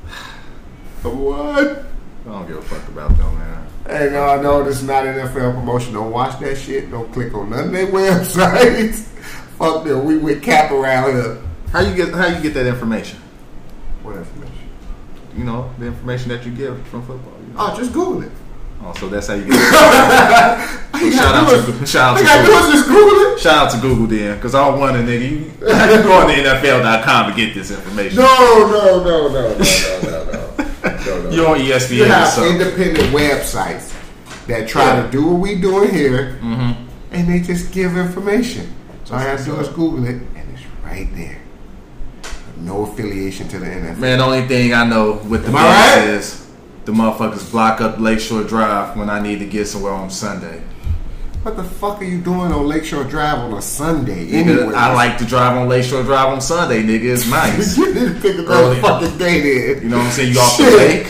[SPEAKER 1] Number one.
[SPEAKER 2] I don't give a fuck about them, man.
[SPEAKER 1] Hey, no, no, this is not NFL promotion. Don't watch that shit. Don't click on none of their (laughs) websites. Fuck them. We with cap around here.
[SPEAKER 2] How you get how you get that information?
[SPEAKER 1] What information?
[SPEAKER 2] You know the information that you get from football. You know?
[SPEAKER 1] Oh, just Google it.
[SPEAKER 2] Oh, so that's how you get. It.
[SPEAKER 1] (laughs)
[SPEAKER 2] shout out to Goo- shout
[SPEAKER 1] All
[SPEAKER 2] out
[SPEAKER 1] you
[SPEAKER 2] to
[SPEAKER 1] gotta do
[SPEAKER 2] Google.
[SPEAKER 1] is just Google it.
[SPEAKER 2] Shout out to Google then, because I don't want a nigga. You, you go on to NFL.com to get this information.
[SPEAKER 1] No, no, no, no, no, no, (laughs) no, no, no.
[SPEAKER 2] You're on E ESPN.
[SPEAKER 1] You have
[SPEAKER 2] so.
[SPEAKER 1] independent websites that try
[SPEAKER 2] Yeah. Mm-hmm.
[SPEAKER 1] to do what we doing here, and they just give information. So all I have to do is
[SPEAKER 2] up.
[SPEAKER 1] Google it, and it's right there. No affiliation to the NFL.
[SPEAKER 2] Man, the only thing I know with the
[SPEAKER 1] Am I
[SPEAKER 2] Bears
[SPEAKER 1] right?
[SPEAKER 2] is the motherfuckers block up Lakeshore Drive when I need to get somewhere on Sunday.
[SPEAKER 1] What the fuck are you doing on Lakeshore Drive on a Sunday? Anyway,
[SPEAKER 2] Nigga, I like to drive on Lakeshore Drive on Sunday, nigga. It's nice.
[SPEAKER 1] (laughs) you didn't pick another
[SPEAKER 2] Early.
[SPEAKER 1] fucking day then.
[SPEAKER 2] You know what I'm saying? You off the
[SPEAKER 1] Shit.
[SPEAKER 2] lake,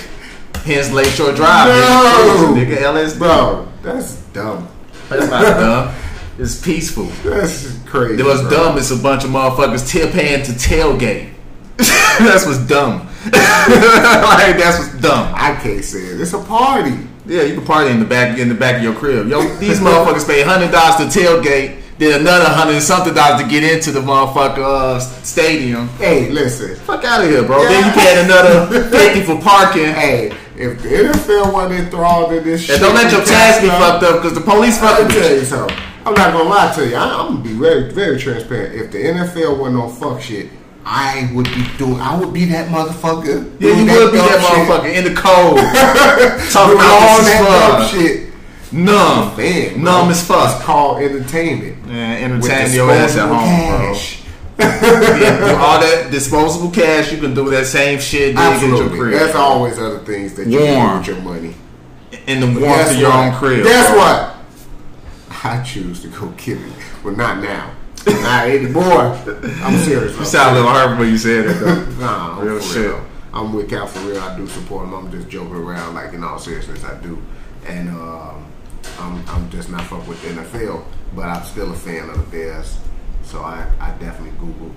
[SPEAKER 2] hence Lakeshore Drive.
[SPEAKER 1] No.
[SPEAKER 2] Nigga, LSD.
[SPEAKER 1] bro, that's dumb.
[SPEAKER 2] It's not dumb. It's peaceful.
[SPEAKER 1] That's just crazy.
[SPEAKER 2] It was
[SPEAKER 1] bro.
[SPEAKER 2] dumb. It's a bunch of motherfuckers tail paying to tailgate. (laughs) that's what's dumb. (laughs) like that's what's dumb.
[SPEAKER 1] I can't say it. It's a party.
[SPEAKER 2] Yeah, you can party in the back in the back of your crib. Yo,
[SPEAKER 1] (laughs)
[SPEAKER 2] these motherfuckers pay hundred dollars to tailgate, then another hundred and something dollars to get into the motherfucker uh, s- stadium.
[SPEAKER 1] Hey, listen. (laughs)
[SPEAKER 2] Fuck out of here, bro. Then you paying another fifty for parking.
[SPEAKER 1] Hey, if the NFL wasn't enthralled in this shit,
[SPEAKER 2] And don't let your tags be fucked up because the police
[SPEAKER 1] Let
[SPEAKER 2] fucking
[SPEAKER 1] me
[SPEAKER 2] with
[SPEAKER 1] tell
[SPEAKER 2] you.
[SPEAKER 1] you something. I'm not gonna lie to you. I, I'm gonna be very, very transparent. If the NFL wasn't on fuck shit, I would be doing. I would be that motherfucker.
[SPEAKER 2] Yeah, you
[SPEAKER 1] doing
[SPEAKER 2] would be
[SPEAKER 1] dumb
[SPEAKER 2] that
[SPEAKER 1] shit,
[SPEAKER 2] motherfucker in the cold. (laughs) Talking
[SPEAKER 1] Doing all that
[SPEAKER 2] all
[SPEAKER 1] dumb
[SPEAKER 2] shit.
[SPEAKER 1] shit.
[SPEAKER 2] Numb.
[SPEAKER 1] Man, bro.
[SPEAKER 2] Numb as
[SPEAKER 1] It's
[SPEAKER 2] fuck.
[SPEAKER 1] called entertainment.
[SPEAKER 2] Man,
[SPEAKER 1] With
[SPEAKER 2] entertain your ass at
[SPEAKER 1] disposable
[SPEAKER 2] home, bro.
[SPEAKER 1] cash.
[SPEAKER 2] (laughs) Yeah, with all that disposable cash, you can do that same shit dig in your
[SPEAKER 1] Absolutely.
[SPEAKER 2] crib.
[SPEAKER 1] There's always other things that you
[SPEAKER 2] Warm.
[SPEAKER 1] can do with your money.
[SPEAKER 2] in the warmth
[SPEAKER 1] Guess
[SPEAKER 2] of your
[SPEAKER 1] what?
[SPEAKER 2] own crib.
[SPEAKER 1] Guess
[SPEAKER 2] bro.
[SPEAKER 1] what? I choose to go kill it. Well, not now. not anymore. I'm serious.
[SPEAKER 2] You sound a little hurt when you said it, though.
[SPEAKER 1] Nah, I'm
[SPEAKER 2] Real
[SPEAKER 1] for
[SPEAKER 2] shit.
[SPEAKER 1] real. I'm with Cal for real. I do support him. I'm just joking around, like in all seriousness, I do. And um, I'm I'm just not fuck with the NFL, but I'm still a fan of the Bears. So I, I definitely Google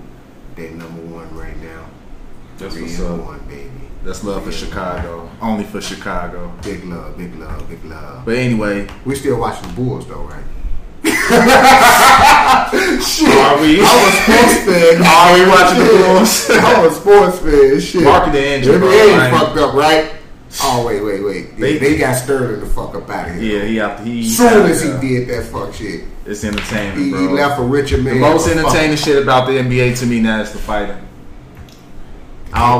[SPEAKER 1] they number one right now.
[SPEAKER 2] (laughs) That's
[SPEAKER 1] Three
[SPEAKER 2] what's
[SPEAKER 1] and
[SPEAKER 2] up.
[SPEAKER 1] one, baby.
[SPEAKER 2] That's love for Chicago. Only for Chicago.
[SPEAKER 1] Big love, big love, big love.
[SPEAKER 2] But anyway,
[SPEAKER 1] We still watching the Bulls though, right?
[SPEAKER 2] are we?
[SPEAKER 1] sports fan.
[SPEAKER 2] (laughs) Are we watching (laughs) the
[SPEAKER 1] (laughs)
[SPEAKER 2] Bulls?
[SPEAKER 1] I was a sports fan. Shit.
[SPEAKER 2] Market the engine,
[SPEAKER 1] NBA
[SPEAKER 2] bro,
[SPEAKER 1] ain't
[SPEAKER 2] like-
[SPEAKER 1] fucked up, right? Oh wait, wait, wait.
[SPEAKER 2] They-
[SPEAKER 1] They, they got Sterling the fuck up out of here.
[SPEAKER 2] yeah, he out. He
[SPEAKER 1] Soon as he
[SPEAKER 2] yeah.
[SPEAKER 1] did that fuck shit,
[SPEAKER 2] it's
[SPEAKER 1] he,
[SPEAKER 2] entertaining,
[SPEAKER 1] he
[SPEAKER 2] bro.
[SPEAKER 1] left a richer man.
[SPEAKER 2] The most
[SPEAKER 1] for fuck.
[SPEAKER 2] entertaining shit about the NBA to me now is the fighting.
[SPEAKER 1] Oh,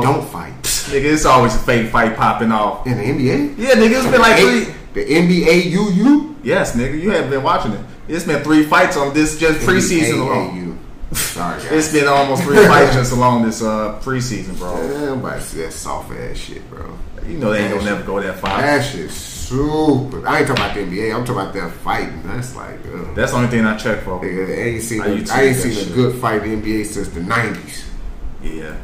[SPEAKER 2] I'll,
[SPEAKER 1] don't fight
[SPEAKER 2] nigga, it's always a fake fight popping off.
[SPEAKER 1] in the NBA.
[SPEAKER 2] Yeah, nigga, it's been like three.
[SPEAKER 1] Hey, the NBA, you, you.
[SPEAKER 2] Yes, nigga, you haven't been watching it. It's been three fights on this just preseason alone.
[SPEAKER 1] you. Sorry,
[SPEAKER 2] (laughs)
[SPEAKER 1] guys.
[SPEAKER 2] It's been almost
[SPEAKER 1] (laughs)
[SPEAKER 2] three fights just along this uh, preseason, bro.
[SPEAKER 1] Everybody see that soft ass shit, bro.
[SPEAKER 2] You know they ain't gonna never go that far.
[SPEAKER 1] That shit's super. I ain't talking about the NBA. I'm talking about them fighting. That's like, ugh.
[SPEAKER 2] That's the only thing I check for.
[SPEAKER 1] Nigga, I ain't seen
[SPEAKER 2] I
[SPEAKER 1] a,
[SPEAKER 2] used to
[SPEAKER 1] I ain't
[SPEAKER 2] do that
[SPEAKER 1] seen a
[SPEAKER 2] shit.
[SPEAKER 1] good fight in the NBA since the nineties.
[SPEAKER 2] Yeah,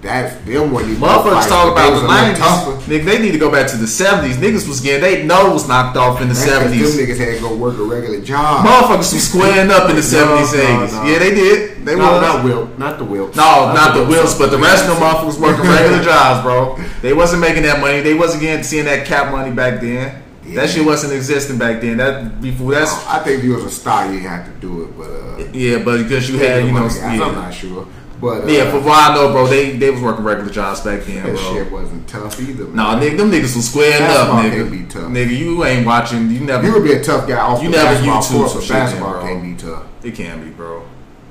[SPEAKER 1] That's them one.
[SPEAKER 2] motherfuckers talk about the nineties.
[SPEAKER 1] Tougher.
[SPEAKER 2] Nigga, they need to go back to the seventies. Niggas was getting they nose knocked off in the
[SPEAKER 1] Seventies.
[SPEAKER 2] seventies.
[SPEAKER 1] Them niggas had to go work a regular job.
[SPEAKER 2] Motherfuckers was squaring up in the seventies,
[SPEAKER 1] no,
[SPEAKER 2] eighties.
[SPEAKER 1] no.
[SPEAKER 2] Yeah, they did. They
[SPEAKER 1] no,
[SPEAKER 2] were
[SPEAKER 1] not Will, not the Will.
[SPEAKER 2] No, not the Wills, but the rest of them motherfuckers working
[SPEAKER 1] (laughs)
[SPEAKER 2] regular jobs, bro. They wasn't making that money. They wasn't getting seeing that cap money back then.
[SPEAKER 1] Yeah.
[SPEAKER 2] That shit wasn't existing back then. That before that's
[SPEAKER 1] I think if you was a star, you had to do it, but uh,
[SPEAKER 2] yeah, but because you had you know
[SPEAKER 1] I'm
[SPEAKER 2] yeah,
[SPEAKER 1] not sure, but uh,
[SPEAKER 2] yeah for what I know, bro, they they was working regular jobs back then,
[SPEAKER 1] that
[SPEAKER 2] bro.
[SPEAKER 1] shit wasn't tough either. Man.
[SPEAKER 2] Nah, nigga, them niggas was squaring up,
[SPEAKER 1] Basketball
[SPEAKER 2] nigga.
[SPEAKER 1] can't be tough.
[SPEAKER 2] Nigga, you ain't watching. You never.
[SPEAKER 1] you would be a tough guy off
[SPEAKER 2] You
[SPEAKER 1] the
[SPEAKER 2] never
[SPEAKER 1] basketball
[SPEAKER 2] YouTube
[SPEAKER 1] court,
[SPEAKER 2] some
[SPEAKER 1] but
[SPEAKER 2] shit then,
[SPEAKER 1] basketball
[SPEAKER 2] bro.
[SPEAKER 1] can't be tough.
[SPEAKER 2] it can be, bro.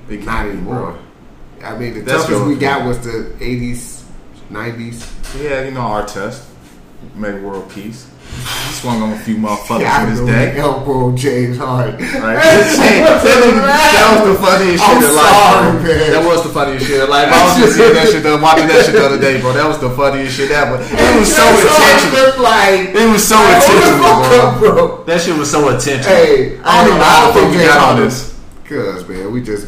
[SPEAKER 2] It can
[SPEAKER 1] Not
[SPEAKER 2] be,
[SPEAKER 1] anymore. I mean, the
[SPEAKER 2] That's
[SPEAKER 1] toughest
[SPEAKER 2] your-
[SPEAKER 1] we got was the '80s, '90s.
[SPEAKER 2] Bro. Yeah, you know our test made world peace. He swung on a few motherfuckers
[SPEAKER 1] Yeah,
[SPEAKER 2] with
[SPEAKER 1] I
[SPEAKER 2] his
[SPEAKER 1] know
[SPEAKER 2] deck.
[SPEAKER 1] that elbow
[SPEAKER 2] (laughs)
[SPEAKER 1] James Harden. (laughs)
[SPEAKER 2] Right. that was the funniest shit.
[SPEAKER 1] I'm
[SPEAKER 2] in life,
[SPEAKER 1] sorry, man.
[SPEAKER 2] That was the funniest shit. Like I was just seeing that shit, the- watching that shit the other day, bro. That was the funniest shit ever. It was so
[SPEAKER 1] James
[SPEAKER 2] intentional.
[SPEAKER 1] Harden, Like,
[SPEAKER 2] It was so
[SPEAKER 1] hold
[SPEAKER 2] intentional,
[SPEAKER 1] the fuck up,
[SPEAKER 2] bro.
[SPEAKER 1] bro.
[SPEAKER 2] That shit was so intentional.
[SPEAKER 1] Hey,
[SPEAKER 2] I don't even know how the fuck we got on
[SPEAKER 1] Harden.
[SPEAKER 2] this.
[SPEAKER 1] Cause man, we just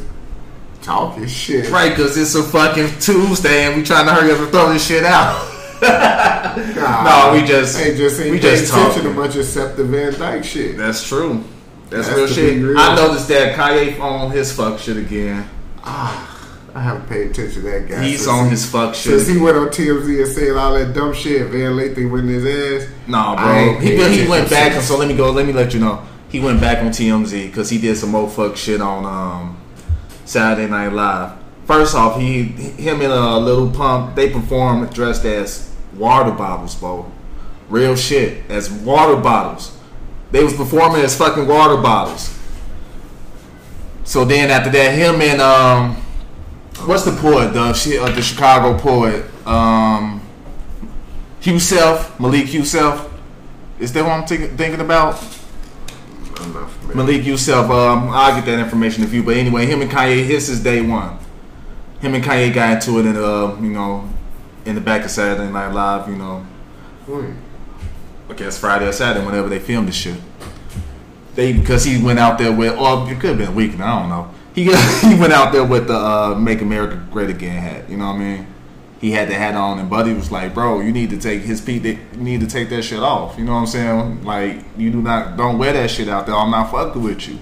[SPEAKER 1] talking shit.
[SPEAKER 2] Right, cause it's a fucking Tuesday and we trying to hurry up and throw this shit out. (laughs)
[SPEAKER 1] Nah,
[SPEAKER 2] No, we just-
[SPEAKER 1] ain't just ain't
[SPEAKER 2] we
[SPEAKER 1] we
[SPEAKER 2] just
[SPEAKER 1] just attention
[SPEAKER 2] talking.
[SPEAKER 1] to much except the Van Dyke shit.
[SPEAKER 2] That's true. That's,
[SPEAKER 1] That's
[SPEAKER 2] real
[SPEAKER 1] to
[SPEAKER 2] shit.
[SPEAKER 1] be real.
[SPEAKER 2] I noticed that Kanye on his fuck shit again.
[SPEAKER 1] I haven't paid attention to that guy.
[SPEAKER 2] He's
[SPEAKER 1] since
[SPEAKER 2] on
[SPEAKER 1] he-
[SPEAKER 2] his fuck shit.
[SPEAKER 1] Since he went on TMZ and said all that dumb shit, Van Lathan went in his ass.
[SPEAKER 2] No,
[SPEAKER 1] I
[SPEAKER 2] bro.
[SPEAKER 1] ain't
[SPEAKER 2] He,
[SPEAKER 1] paying
[SPEAKER 2] he went
[SPEAKER 1] attention
[SPEAKER 2] back, and
[SPEAKER 1] since.
[SPEAKER 2] so let me go. Let me let you know. He went back on TMZ because he did some old fuck shit on um, Saturday Night Live. First off, he him and a uh, little pump they performed dressed as water bottles, bro. Real shit as water bottles. They was performing as fucking water bottles. So then after that, him and um, what's the poet? The she, uh, the Chicago poet. Um, Q Self, Malik Q Self. Is that what I'm thinking thinking about?
[SPEAKER 1] I'm not familiar.
[SPEAKER 2] Malik Yousef, um, I'll get that information if you. But anyway, him and Kanye, his is day one. Him and Kanye got into it in uh, you know, in the back of Saturday Night Live, you know,
[SPEAKER 1] Hmm.
[SPEAKER 2] I guess Friday or Saturday, whenever they filmed the shit. They because he went out there with, or it could have been a weekend, I don't know. He (laughs) he went out there with the uh, "Make America Great Again" hat. You know what I mean? He had the hat on, and Buddy was like, "Bro, you need to take his pe- You need to take that shit off." You know what I'm saying? Like, you do not don't wear that shit out there. I'm not fucking with you.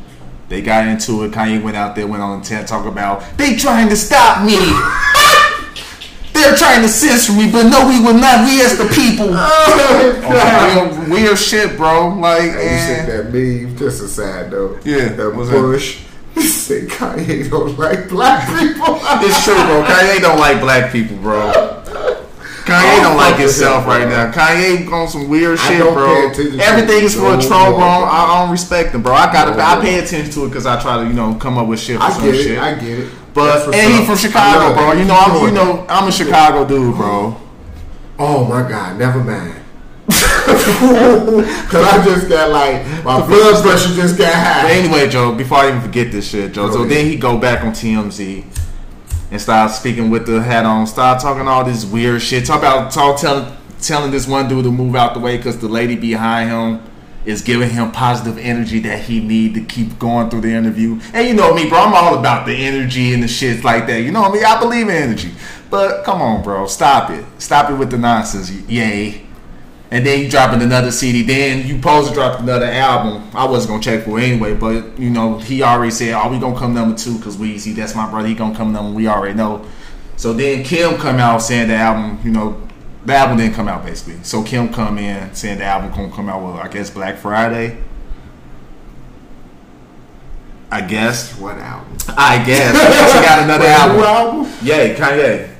[SPEAKER 2] They got into it. Kanye went out there, went on intent, talk about they trying to stop me. (laughs) They're trying to censor me, but no, we will not. We as the people.
[SPEAKER 1] (laughs)
[SPEAKER 2] Oh, real, weird shit, bro. Like,
[SPEAKER 1] Hey, you
[SPEAKER 2] and-
[SPEAKER 1] seen that meme? Just a side note.
[SPEAKER 2] Yeah,
[SPEAKER 1] that
[SPEAKER 2] what's that?
[SPEAKER 1] Bush said Kanye don't like black people.
[SPEAKER 2] it's true, bro. Kanye don't like black people, bro. Kanye don't like
[SPEAKER 1] fuck with
[SPEAKER 2] himself
[SPEAKER 1] him,
[SPEAKER 2] right
[SPEAKER 1] bro.
[SPEAKER 2] now. Kanye on some weird
[SPEAKER 1] I
[SPEAKER 2] shit,
[SPEAKER 1] don't pay
[SPEAKER 2] bro.
[SPEAKER 1] attention to
[SPEAKER 2] Everything's
[SPEAKER 1] it.
[SPEAKER 2] for a
[SPEAKER 1] No,
[SPEAKER 2] troll, bro.
[SPEAKER 1] no, bro.
[SPEAKER 2] I, I don't respect him, bro. I gotta,
[SPEAKER 1] No,
[SPEAKER 2] I
[SPEAKER 1] no.
[SPEAKER 2] pay attention to it because I try to, you know, come up with shit for
[SPEAKER 1] I
[SPEAKER 2] some
[SPEAKER 1] get it.
[SPEAKER 2] shit.
[SPEAKER 1] I get it. That's
[SPEAKER 2] but
[SPEAKER 1] what's
[SPEAKER 2] and he
[SPEAKER 1] up.
[SPEAKER 2] from
[SPEAKER 1] I
[SPEAKER 2] Chicago,
[SPEAKER 1] love
[SPEAKER 2] bro.
[SPEAKER 1] it.
[SPEAKER 2] You know,
[SPEAKER 1] Keep
[SPEAKER 2] I'm, you
[SPEAKER 1] doing
[SPEAKER 2] know, I'm a Chicago dude, bro.
[SPEAKER 4] Oh my God! Never
[SPEAKER 2] (laughs)
[SPEAKER 4] mind.
[SPEAKER 1] Cause I just got like my blood pressure just got
[SPEAKER 2] But
[SPEAKER 1] high.
[SPEAKER 2] anyway, Joe, before I even forget this shit, Joe. So
[SPEAKER 1] Okay.
[SPEAKER 2] then he go back on TMZ and start speaking with the hat on, start talking all this weird shit. Talk about talk telling telling this one dude to move out the way because the lady behind him is giving him positive energy that he need to keep going through the interview. And you know me, bro, I'm all about the energy and the shits like that. You know me, I believe in energy. But come on, bro, stop it. Stop it with the nonsense. Yay. And then you dropping another CD. Then you supposed to drop another album. I wasn't gonna check for it anyway, but you know he already said, "Oh, we gonna come number two because Weezy, that's my brother. He gonna come number. We already know." So then Kim come out saying the album, you know, the album didn't come out basically. So Kim come in saying the album gonna come out. Well, I guess Black Friday. I guess.
[SPEAKER 1] What album?
[SPEAKER 2] I guess she got
[SPEAKER 1] (laughs)
[SPEAKER 2] another
[SPEAKER 1] What
[SPEAKER 2] album.
[SPEAKER 1] album?
[SPEAKER 2] Yay, Kanye.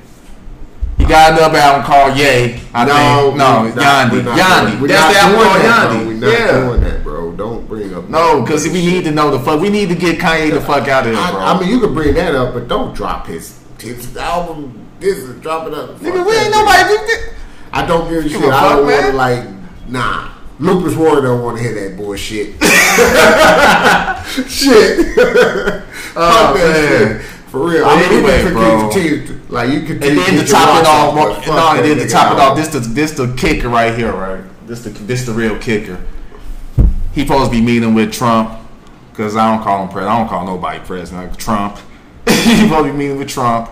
[SPEAKER 2] He got another album called Yay. I
[SPEAKER 1] No,
[SPEAKER 2] think. no,
[SPEAKER 1] we not-
[SPEAKER 2] Yandi,
[SPEAKER 1] we're not doing-
[SPEAKER 2] Yandi.
[SPEAKER 1] we're
[SPEAKER 2] That's the
[SPEAKER 1] not
[SPEAKER 2] album
[SPEAKER 1] doing
[SPEAKER 2] called
[SPEAKER 1] that, bro.
[SPEAKER 2] Yandi.
[SPEAKER 1] We're not
[SPEAKER 2] yeah.
[SPEAKER 1] doing that, bro. Don't bring up.
[SPEAKER 2] No, because we need to know the fuck. We need to get Kanye the fuck out of here,
[SPEAKER 1] I,
[SPEAKER 2] bro.
[SPEAKER 1] I mean, you could bring that up, but don't drop his his album. This is dropping up.
[SPEAKER 2] nigga, we ain't nobody. we- we-
[SPEAKER 1] I don't give a shit.
[SPEAKER 2] a
[SPEAKER 1] I
[SPEAKER 2] fuck,
[SPEAKER 1] don't want
[SPEAKER 2] man.
[SPEAKER 1] to like. Nah, Lucas Warren don't want to hear
[SPEAKER 2] (laughs)
[SPEAKER 1] that bullshit. shit. Fuck that
[SPEAKER 2] Oh, man.
[SPEAKER 1] shit. For real.
[SPEAKER 2] But
[SPEAKER 1] I mean,
[SPEAKER 2] anyway,
[SPEAKER 1] you
[SPEAKER 2] bro.
[SPEAKER 1] can continue to, like you continue
[SPEAKER 2] And then
[SPEAKER 1] get
[SPEAKER 2] to
[SPEAKER 1] your
[SPEAKER 2] top it
[SPEAKER 1] rocks
[SPEAKER 2] off,
[SPEAKER 1] but
[SPEAKER 2] more-
[SPEAKER 1] fuck
[SPEAKER 2] no, and
[SPEAKER 1] that
[SPEAKER 2] then to
[SPEAKER 1] nigga
[SPEAKER 2] top it off,
[SPEAKER 1] album.
[SPEAKER 2] this the this the kicker right here, right? This the this the real kicker. He supposed to be meeting with Trump because I don't call him president. I don't call nobody president. Like Trump. (laughs) he supposed to be meeting with Trump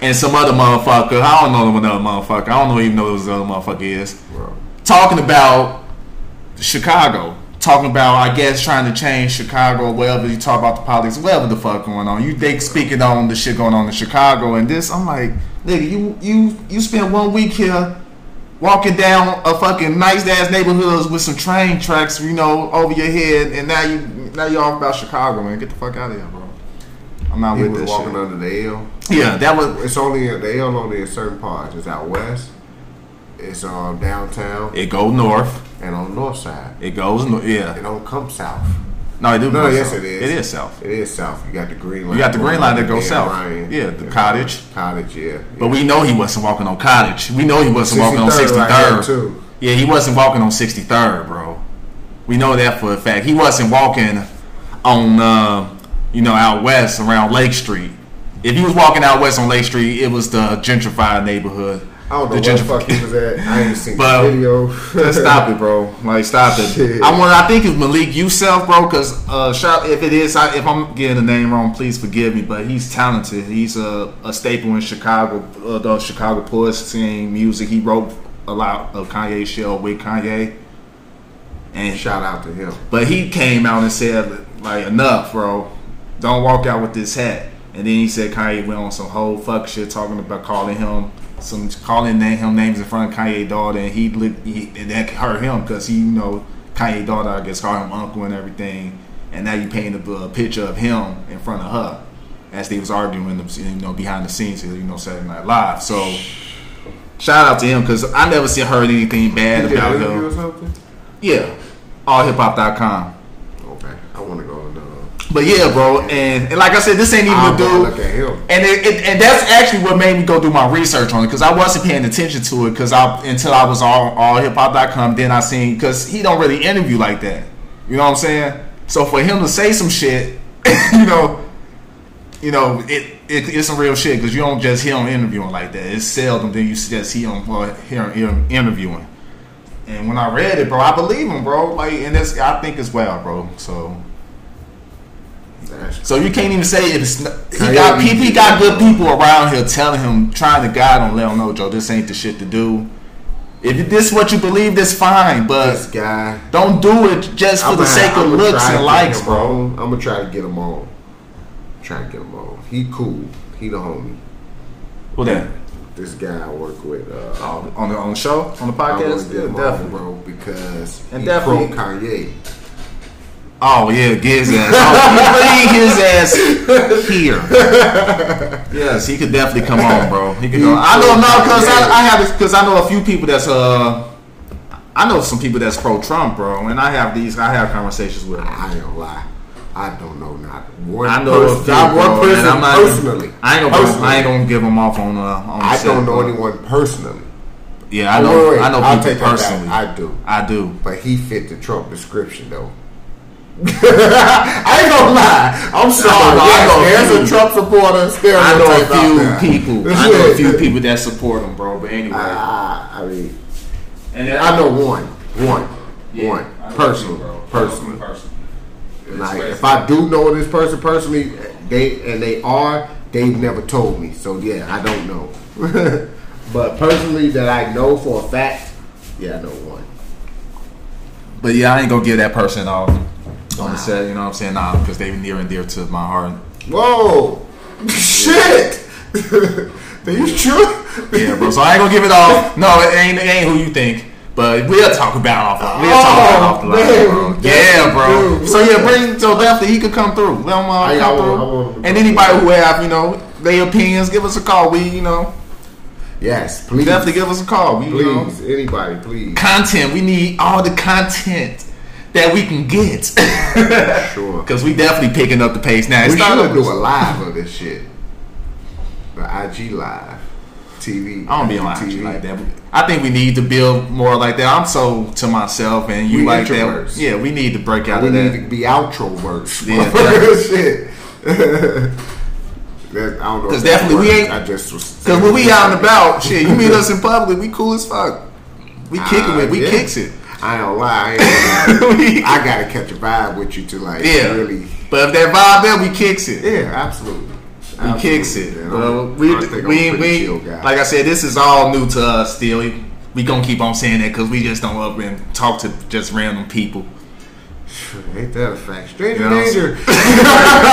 [SPEAKER 2] and some other motherfucker. I don't know another motherfucker. I don't know even know who this other motherfucker is
[SPEAKER 1] Bro.
[SPEAKER 2] talking about Chicago. Talking about, I guess, trying to change Chicago, whatever you talk about the politics, whatever the fuck going on. You they speaking on the shit going on in Chicago and this. I'm like, nigga, you you you spent one week here walking down a fucking nice ass neighborhoods with some train tracks, you know, over your head, and now you now you all about Chicago, man. Get the fuck out of here, bro. I'm not
[SPEAKER 1] He
[SPEAKER 2] with
[SPEAKER 1] was
[SPEAKER 2] this
[SPEAKER 1] walking
[SPEAKER 2] shit.
[SPEAKER 1] under the L.
[SPEAKER 2] Yeah, that was
[SPEAKER 1] It's only the L only in certain parts. It's out west. It's um downtown
[SPEAKER 2] it. Go north.
[SPEAKER 1] and on north side.
[SPEAKER 2] It goes north.
[SPEAKER 1] It
[SPEAKER 2] Yeah.
[SPEAKER 1] don't come south.
[SPEAKER 2] No, it do.
[SPEAKER 1] No,
[SPEAKER 2] go
[SPEAKER 1] yes,
[SPEAKER 2] south.
[SPEAKER 1] it is.
[SPEAKER 2] It is south.
[SPEAKER 1] It is south. You got the green line.
[SPEAKER 2] You got the green line that goes
[SPEAKER 1] Yeah,
[SPEAKER 2] south.
[SPEAKER 1] Ryan.
[SPEAKER 2] Yeah, the cottage.
[SPEAKER 1] Cottage, yeah.
[SPEAKER 2] But we know he wasn't walking on Cottage. We know he wasn't walking on
[SPEAKER 1] 63rd
[SPEAKER 2] 63rd.
[SPEAKER 1] right there, too.
[SPEAKER 2] Yeah, he wasn't walking on 63rd, bro. We know that for a fact. He wasn't walking on, uh, you know, out west around Lake Street. If he was walking out west on Lake Street, it was the gentrified neighborhood.
[SPEAKER 1] I don't know
[SPEAKER 2] the
[SPEAKER 1] where the fuck he was at. I ain't seen
[SPEAKER 2] But-
[SPEAKER 1] the video.
[SPEAKER 2] Just stop it, bro. Like stop it.
[SPEAKER 1] Shit.
[SPEAKER 2] I want. I think it's Malik Youssef, bro. Because uh, shout if it is, I, if I'm getting the name wrong, please forgive me. But he's talented. He's a, a staple in Chicago, uh, the Chicago poetry scene, music. He wrote a lot of Kanye shit with Kanye, and
[SPEAKER 1] (laughs) Shout out to him.
[SPEAKER 2] but he came out and said, like, enough, bro. Don't walk out with this hat. And then he said Kanye went on some whole fuck shit talking about calling him some calling na- him names in front of Kanye daughter, and he, lit, he and that hurt him because he, you know, Kanye daughter I guess called him uncle and everything. And now you paint a, a picture of him in front of her as they was arguing, you know, behind the scenes, you know, Saturday Night Live. So shout out to him because I never see heard anything bad
[SPEAKER 1] Did
[SPEAKER 2] about
[SPEAKER 1] an interview
[SPEAKER 2] him.
[SPEAKER 1] or something?
[SPEAKER 2] Yeah, allhiphop.com.
[SPEAKER 1] Okay. I want to go and uh,
[SPEAKER 2] But yeah, bro, and, and like I said, this ain't even
[SPEAKER 1] I'm
[SPEAKER 2] a
[SPEAKER 1] gonna
[SPEAKER 2] dude.
[SPEAKER 1] look at him.
[SPEAKER 2] And it, it, and that's actually what made me go do my research on it because I wasn't paying attention to it because I until I was all all hiphop.com. Then I seen because he don't really interview like that. You know what I'm saying? So for him to say some shit, (laughs) you know, you know, it, it it's some real shit because you don't just hear him interviewing like that. It's seldom that you just hear him or hear him interviewing. And when I read it, bro, I believe him, bro. Like, and that's I think as well, bro. So
[SPEAKER 1] That's
[SPEAKER 2] so you can't even say it's not, he
[SPEAKER 1] Kanye
[SPEAKER 2] got
[SPEAKER 1] be-
[SPEAKER 2] people. He got good people around here telling him, trying to guide him. Let him know, Joe, this ain't the shit to do. If this what you believe, that's fine,
[SPEAKER 1] this
[SPEAKER 2] but
[SPEAKER 1] guy.
[SPEAKER 2] don't do it just for
[SPEAKER 1] I'ma-
[SPEAKER 2] Uh, the sake of
[SPEAKER 1] I'ma
[SPEAKER 2] looks
[SPEAKER 1] try to
[SPEAKER 2] and
[SPEAKER 1] get
[SPEAKER 2] likes,
[SPEAKER 1] him
[SPEAKER 2] bro.
[SPEAKER 1] on. I'm gonna try to get him on. Try to get him on. He cool. He the homie.
[SPEAKER 2] Well, then
[SPEAKER 1] This guy I work with. Uh,
[SPEAKER 2] on on the, on the show, on the
[SPEAKER 1] I wanna
[SPEAKER 2] podcast,
[SPEAKER 1] get him
[SPEAKER 2] yeah,
[SPEAKER 1] on,
[SPEAKER 2] definitely.
[SPEAKER 1] bro, because
[SPEAKER 2] And
[SPEAKER 1] he
[SPEAKER 2] definitely-
[SPEAKER 1] pro Kanye.
[SPEAKER 2] Oh yeah, get his ass. Oh, bring his ass here. Yes, he could definitely come on, bro. He could go. I don't know because I, I have because I know a few people that's uh, I know some people that's pro Trump, bro, and I have these I have conversations with. Them.
[SPEAKER 1] I ain't gonna lie. I don't know not one
[SPEAKER 2] I know a
[SPEAKER 1] person,
[SPEAKER 2] few,
[SPEAKER 1] not
[SPEAKER 2] bro,
[SPEAKER 1] one person
[SPEAKER 2] and I'm not
[SPEAKER 1] personally.
[SPEAKER 2] I ain't gonna
[SPEAKER 1] Personally.
[SPEAKER 2] I ain't gonna give them off on uh on.
[SPEAKER 1] I
[SPEAKER 2] set,
[SPEAKER 1] don't know
[SPEAKER 2] bro.
[SPEAKER 1] anyone personally.
[SPEAKER 2] Yeah, I know.
[SPEAKER 1] Wait, wait,
[SPEAKER 2] I know
[SPEAKER 1] I'll
[SPEAKER 2] people
[SPEAKER 1] take that back.
[SPEAKER 2] personally.
[SPEAKER 1] I do.
[SPEAKER 2] I do.
[SPEAKER 1] But he fit the Trump description though. (laughs) I ain't gonna lie. I'm sorry.
[SPEAKER 2] know- (laughs) I
[SPEAKER 1] Yes,
[SPEAKER 2] know a
[SPEAKER 1] there's
[SPEAKER 2] few.
[SPEAKER 1] a Trump supporter
[SPEAKER 2] I
[SPEAKER 1] stereotype
[SPEAKER 2] know a
[SPEAKER 1] out
[SPEAKER 2] few
[SPEAKER 1] there. (laughs)
[SPEAKER 2] people. I know a
[SPEAKER 1] Yeah.
[SPEAKER 2] few people that support him, bro. But anyway,
[SPEAKER 1] Ah, I, I mean,
[SPEAKER 2] and then
[SPEAKER 1] I know one, one,
[SPEAKER 2] Yeah,
[SPEAKER 1] one
[SPEAKER 2] I know you,
[SPEAKER 1] person,
[SPEAKER 2] bro.
[SPEAKER 1] personally.
[SPEAKER 2] Personally.
[SPEAKER 1] Like if I do know this person personally, they and they are, they've never told me. So yeah, I don't know. (laughs) but personally, that I know for a fact, yeah, I know one.
[SPEAKER 2] But yeah, I ain't gonna give that person all on the set. You know what I'm saying? Nah, because they near and dear to my heart.
[SPEAKER 1] Whoa, shit! (laughs) Are you true?
[SPEAKER 2] Yeah, bro. So I ain't gonna give it
[SPEAKER 1] (laughs)
[SPEAKER 2] all. No, it ain't. It ain't who you think. But we'll talk about it off. We'll talk about it off the line,
[SPEAKER 1] Oh,
[SPEAKER 2] bro.
[SPEAKER 1] man,
[SPEAKER 2] Yeah,
[SPEAKER 1] that's
[SPEAKER 2] bro.
[SPEAKER 1] good.
[SPEAKER 2] So yeah, bring so definitely he could come through. Let him uh,
[SPEAKER 1] I- I
[SPEAKER 2] come
[SPEAKER 1] want- I
[SPEAKER 2] through.
[SPEAKER 1] want him to
[SPEAKER 2] and
[SPEAKER 1] come
[SPEAKER 2] anybody who have you know their opinions, give us a call. We you know
[SPEAKER 1] Yes, please,
[SPEAKER 2] definitely give us a call. We, You know,
[SPEAKER 1] please, anybody, please.
[SPEAKER 2] content. We need all the content that we can get. (laughs)
[SPEAKER 1] Sure.
[SPEAKER 2] Because we definitely picking up the pace now. It's
[SPEAKER 1] We
[SPEAKER 2] starting
[SPEAKER 1] should do
[SPEAKER 2] to-
[SPEAKER 1] a live of this shit. The IG live, TV.
[SPEAKER 2] I don't be on IG like that. I think we need to build more like that. I'm so to myself and you
[SPEAKER 1] We
[SPEAKER 2] like that.
[SPEAKER 1] introverts.
[SPEAKER 2] Yeah, we need to break out
[SPEAKER 1] We
[SPEAKER 2] of
[SPEAKER 1] need
[SPEAKER 2] that.
[SPEAKER 1] to be outro words.
[SPEAKER 2] Yeah, (laughs)
[SPEAKER 1] shit. (laughs) That- I don't know. if
[SPEAKER 2] 'Cause
[SPEAKER 1] that
[SPEAKER 2] definitely we
[SPEAKER 1] worked.
[SPEAKER 2] ain't-
[SPEAKER 1] I just was.
[SPEAKER 2] Cause when we out and about, shit, you meet us in public, we cool as fuck. We kicking it, we
[SPEAKER 1] Ah, yeah.
[SPEAKER 2] kicks it. (laughs)
[SPEAKER 1] I ain't gonna lie. I, ain't gonna-
[SPEAKER 2] We-
[SPEAKER 1] I gotta catch a vibe with you to like
[SPEAKER 2] yeah.
[SPEAKER 1] really.
[SPEAKER 2] But if that vibe there, we kicks it.
[SPEAKER 1] Yeah, absolutely.
[SPEAKER 2] We
[SPEAKER 1] Absolutely,
[SPEAKER 2] kicks it.
[SPEAKER 1] man.
[SPEAKER 2] Well,
[SPEAKER 1] I'm-
[SPEAKER 2] uh, we
[SPEAKER 1] I think I'm a
[SPEAKER 2] we,
[SPEAKER 1] pretty
[SPEAKER 2] we
[SPEAKER 1] chill guy.
[SPEAKER 2] like I said, this is all new to us still. We gonna keep on saying that because we just don't up and talk to just random
[SPEAKER 1] (laughs)
[SPEAKER 2] people.
[SPEAKER 1] ain't that a fact? Stranger
[SPEAKER 2] You know what I'm
[SPEAKER 1] danger.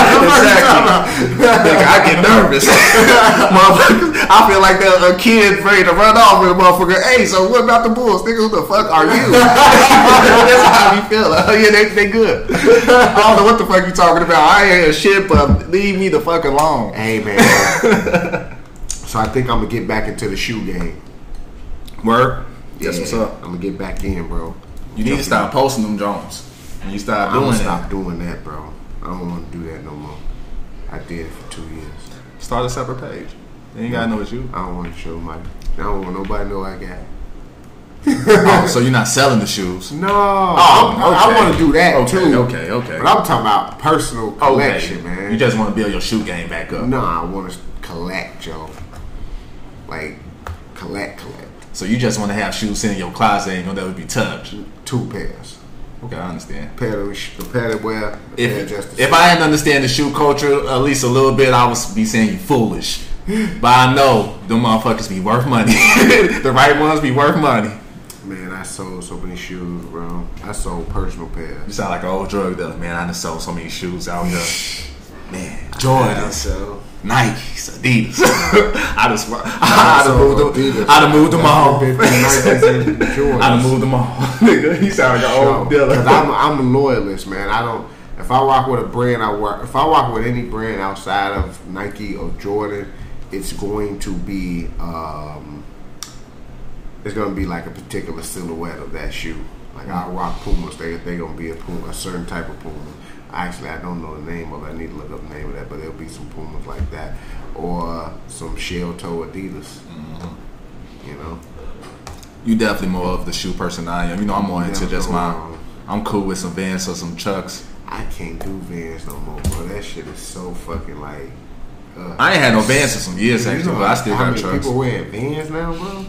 [SPEAKER 2] Exactly. Nigga, I get
[SPEAKER 1] (laughs)
[SPEAKER 2] nervous. motherfucker, I feel like a, a kid ready to run off with a motherfucker. Hey, so what about the Bulls? Nigga, who the fuck are you? (laughs) That's how we feel. (laughs) Oh, yeah, they, they good. I don't know what the fuck you talking about. I ain't hear shit, but leave me the fuck alone.
[SPEAKER 1] Hey man. so I think I'm gonna get back into the shoe game.
[SPEAKER 2] Word? That's
[SPEAKER 1] Yeah,
[SPEAKER 2] what's up.
[SPEAKER 1] I'm gonna get back in, bro.
[SPEAKER 2] You need to stop posting them Jones. And you stop
[SPEAKER 1] I'm
[SPEAKER 2] doing
[SPEAKER 1] gonna
[SPEAKER 2] that.
[SPEAKER 1] stop doing that, bro. I don't want to do that no more. I did it for two years.
[SPEAKER 2] Start a separate page. They ain't gotta know it's you.
[SPEAKER 1] I don't want to show my. I don't want nobody to know I got. it.
[SPEAKER 2] oh, so you're not selling the shoes.
[SPEAKER 1] No,
[SPEAKER 2] Oh,
[SPEAKER 1] I'm- I,
[SPEAKER 2] okay.
[SPEAKER 1] want to do that
[SPEAKER 2] Okay,
[SPEAKER 1] too.
[SPEAKER 2] okay, okay.
[SPEAKER 1] But I'm talking about personal collection, man.
[SPEAKER 2] You just want to build your shoe game back up.
[SPEAKER 1] no, I want to collect, yo. Like collect, collect
[SPEAKER 2] So you just want to have shoes sitting in your closet and you'll never be touched.
[SPEAKER 1] two pairs.
[SPEAKER 2] Okay, I understand.
[SPEAKER 1] Pair of sh- the pair that wear. the pair
[SPEAKER 2] If,
[SPEAKER 1] just the
[SPEAKER 2] if I didn't understand the shoe culture at least a little bit, I would be saying you foolish. But I know them motherfuckers be worth money. (laughs) the right ones be worth money.
[SPEAKER 1] same. man, I sold so many shoes, bro. I sold personal pairs.
[SPEAKER 2] You sound like an old drug dealer, man. I done sold so many shoes out here. Man,
[SPEAKER 1] I
[SPEAKER 2] Jordans,
[SPEAKER 1] sold.
[SPEAKER 2] Nikes,
[SPEAKER 1] (laughs)
[SPEAKER 2] Adidas. I just, (laughs) I done moved them,
[SPEAKER 1] Adidas.
[SPEAKER 2] I done moved them all.
[SPEAKER 1] Been
[SPEAKER 2] (laughs)
[SPEAKER 1] through Nikes and Jordans.
[SPEAKER 2] I done moved them all, (laughs) nigga. You sound like oh, an old dealer.
[SPEAKER 1] Because I'm, I'm a loyalist, man. I don't. If I walk with a brand, I work. If I walk with any brand outside of Nike or Jordan, it's going to be. Um, it's going to be like a particular silhouette of that shoe. Like I rock Pumas, they they gonna be a Puma, a certain type of Puma. Actually, I don't know the name of. it. I need to look up the name of that, but there'll be some Pumas like that, or some shell toe Adidas. You know,
[SPEAKER 2] You definitely more of the shoe person than I am. You know, I'm more into
[SPEAKER 1] Yeah, um,
[SPEAKER 2] just
[SPEAKER 1] no,
[SPEAKER 2] my.
[SPEAKER 1] no.
[SPEAKER 2] I'm cool with some Vans or some Chucks.
[SPEAKER 1] I can't do Vans no more, bro. That shit is so fucking like. Uh,
[SPEAKER 2] I ain't had no Vans in some years actually, but I still
[SPEAKER 1] how
[SPEAKER 2] got
[SPEAKER 1] many
[SPEAKER 2] Chucks.
[SPEAKER 1] people wearing Vans now, bro?